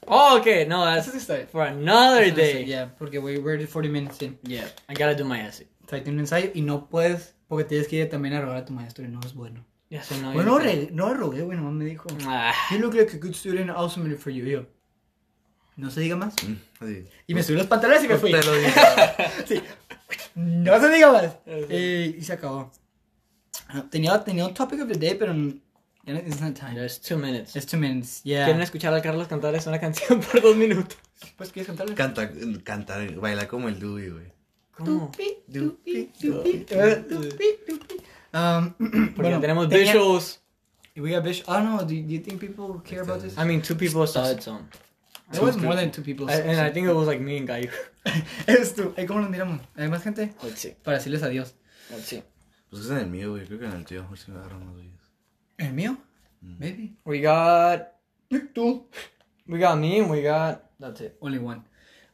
Oh, okay. No,
That's
that's
the story.
for another
That's the story,
day.
Yeah, porque we, we're already 40 minutes in.
Yeah, I gotta do my essay.
O sea, tiene un ensayo y no puedes, porque tienes que ir también a rogar a tu maestro y no es bueno.
Yes, I know.
Bueno,
you-
re- no le rogué, güey, nomás me dijo.
Ah.
You look like a good student, I'll submit it for you. Y yo, no se diga más.
Mm, así.
Y me subí los pantalones y me fui.
Te lo digo.
Sí. No se diga más.
Ah, Sí.
Eh, y se acabó. Ah, Tenía, tenía un topic of the day, pero no- ya no- it's not time.
There's two minutes.
It's two minutes, yeah.
¿Quieren escuchar a Carlos cantar es una canción <laughs> por dos minutos?
Pues, ¿quieres cantarle?
<laughs> Canta, cantar, bailar como el Dewey, güey.
¿Cómo?
Tupi, tupi, eh, tupi, tupi. Um, <clears throat>
Porque tenemos
tenía-
visuals.
We got visual. I don't know. Do, do you think people care about this?
I mean, two people saw it, so.
There was more than two people.
I- and I
<laughs>
think it was like me and Caio.
Es tú. Ay, ¿Cómo nos miramos? ¿Hay más gente?
<laughs> Let's see.
Para decirles adiós.
Let's see.
Pues es en el mío, güey. Creo que en el tío. A ver si me agarran más güeyes.
¿El mío? Maybe.
We got.
Tú.
We got me and we got. That's it.
Only one.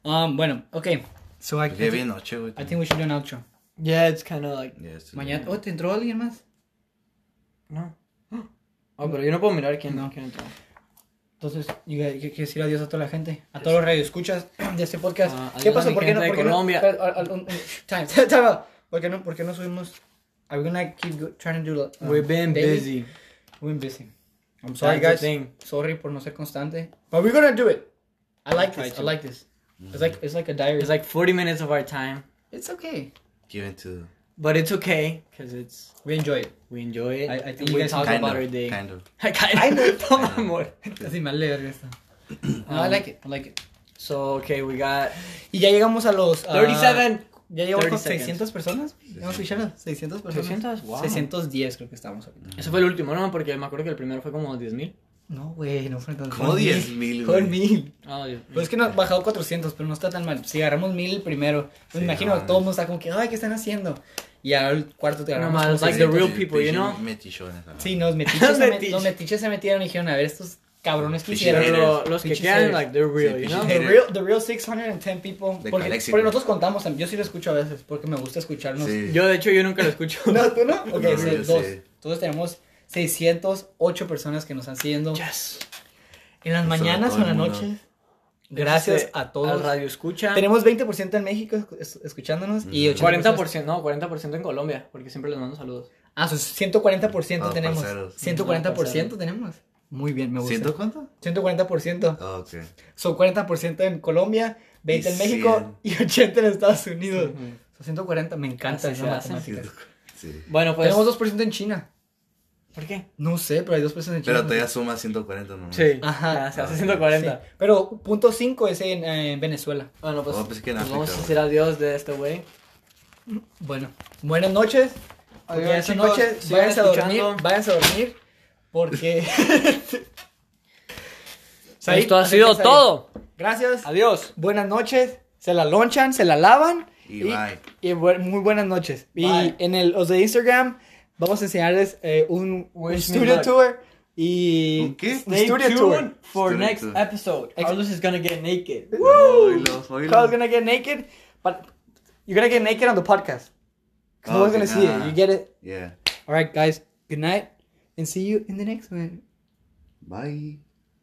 Um, bueno, okay. So I,
Llegué bien noche, güey.
I think we should do an outro.
Yeah, it's kind of like.
Ya, este-
Mañana. Oh, ¿te entró alguien más?
No. <gasps> Oh, pero yo no puedo mirar quién, quién entró.
Entonces, yo que- que- que decir adiós a toda la gente, a todos los radioescuchas de este podcast.
Ah, adiós
¿Qué
a
pasó?
mi
¿Por qué no?
gente de
¿Por qué no?
Colombia.
Espera, al- al- un- un- Time, <laughs> time out. ¿Por qué no? ¿Por qué no subimos? Are we gonna keep go- trying to do uh,
We've been
daily?
busy.
We've been busy. I'm sorry,
That's the
guys.
thing.
Sorry por no ser constante. But we're gonna do it. I like
Try
this. I
to.
like this. It's like it's like a diary.
It's like 40 minutes of our time,
It's okay.
Given to.
but it's okay because it's.
We enjoy it.
We enjoy it.
I- I think
and
you
we
guys
talk
Kind
about our
of.
day. <laughs>
Kind of.
I
Kind
kind
of.
of. <laughs> Toma, amor.
Así me alegra esto. No, I
Um,
like it. I like it.
So, okay, we got uh,
Y ya llegamos a los ah,
37.
Ya llegamos con
30 seconds.
600 personas. Hemos escuchado 600 personas.
600, wow.
610 creo que estamos ahorita.
Ese fue el último, ¿no? Porque me acuerdo que el primero fue como 10.000.
No, güey, no fueron tantos.
Como
fueron
10,000,
mil,
güey.
Fueron mil.
Ah, Dios mío.
Pues es que no, ha bajado 400, pero no está tan mal. Si agarramos mil el primero, pues
Sí,
me imagino,
no,
todo el mundo está como que, ay, ¿qué están haciendo? Y ahora el cuarto te agarramos.
No,
como
más, like the
600.
real people, you know?
Metichones. ¿no?
Sí, <laughs> los metiches, se met-
Metiche.
los metiches se metieron y dijeron, a ver, estos cabrones que
Pinches
hicieron.
haters.
Pero los que
Pinches
quedan,
haters.
like, they're real,
Sí,
you
pinches
know?
The
Haters.
real, the real 610 people.
De
Porque,
Calexico.
porque nosotros contamos, también. yo sí lo escucho a veces porque me gusta escucharnos.
Sí.
Yo, de hecho, yo nunca lo escucho.
No, <laughs> tú no. Ok,
No,
o sea,
yo
dos.
sí.
Entonces tenemos 608 personas que nos están siguiendo
Yes.
en las
Eso de
mañanas o
todo
en
el
las
mundo.
noches. Gracias
Este,
a
Al
todos.
radio escucha.
Tenemos 20% en México es- escuchándonos y 80%.
40%, no, 40% en Colombia, porque siempre les mando saludos.
Ah, son 140%
Ah,
tenemos.
parceros.
140% tenemos. Muy bien, me gusta.
¿Ciento cuánto?
140%.
Ah, ok.
Son 40% en Colombia, 20 en
Y
México y 80 en Estados Unidos.
Ujú.
Son 140, me encanta
Así
esa
se hace.
matemática.
<laughs> Sí.
Bueno, pues.
Tenemos 2% en China.
¿Por qué?
No sé, pero hay 2% en China.
Pero todavía suma 140 nomás.
Sí.
Ajá.
Ajá. Se hace 140.
Sí, pero punto 5 es en, eh, en Venezuela.
Bueno, pues.
Oh, pensé que en
nos
África,
vamos a
güey.
decir adiós de este güey.
Bueno, buenas noches.
Adiós,
Buenas
chicos.
noches.
Sigan
Váyanse a dormir.
escuchando.
Váyanse a dormir.
<laughs>
Porque. Said,
Esto ha
así
sido
que, Said,
todo.
Gracias.
Adiós.
Buenas noches. Se la lonchan, se la lavan.
Y bye.
y bu- muy buenas noches.
Bye.
Y en el, los de Instagram vamos a enseñarles eh, un, un
Wish me
studio
luck.
tour. Y
¿Un qué?
un studio tour.
for
Studio
next
tour.
episode. Carlos is gonna get naked.
Oílo, oílo.
Kyle's gonna get naked, but you're gonna get naked on the podcast. Cause no one's gonna
Okay,
see it.
nah.
You get it?
Yeah.
All right, guys. Good night, and see you in the next one.
Bye.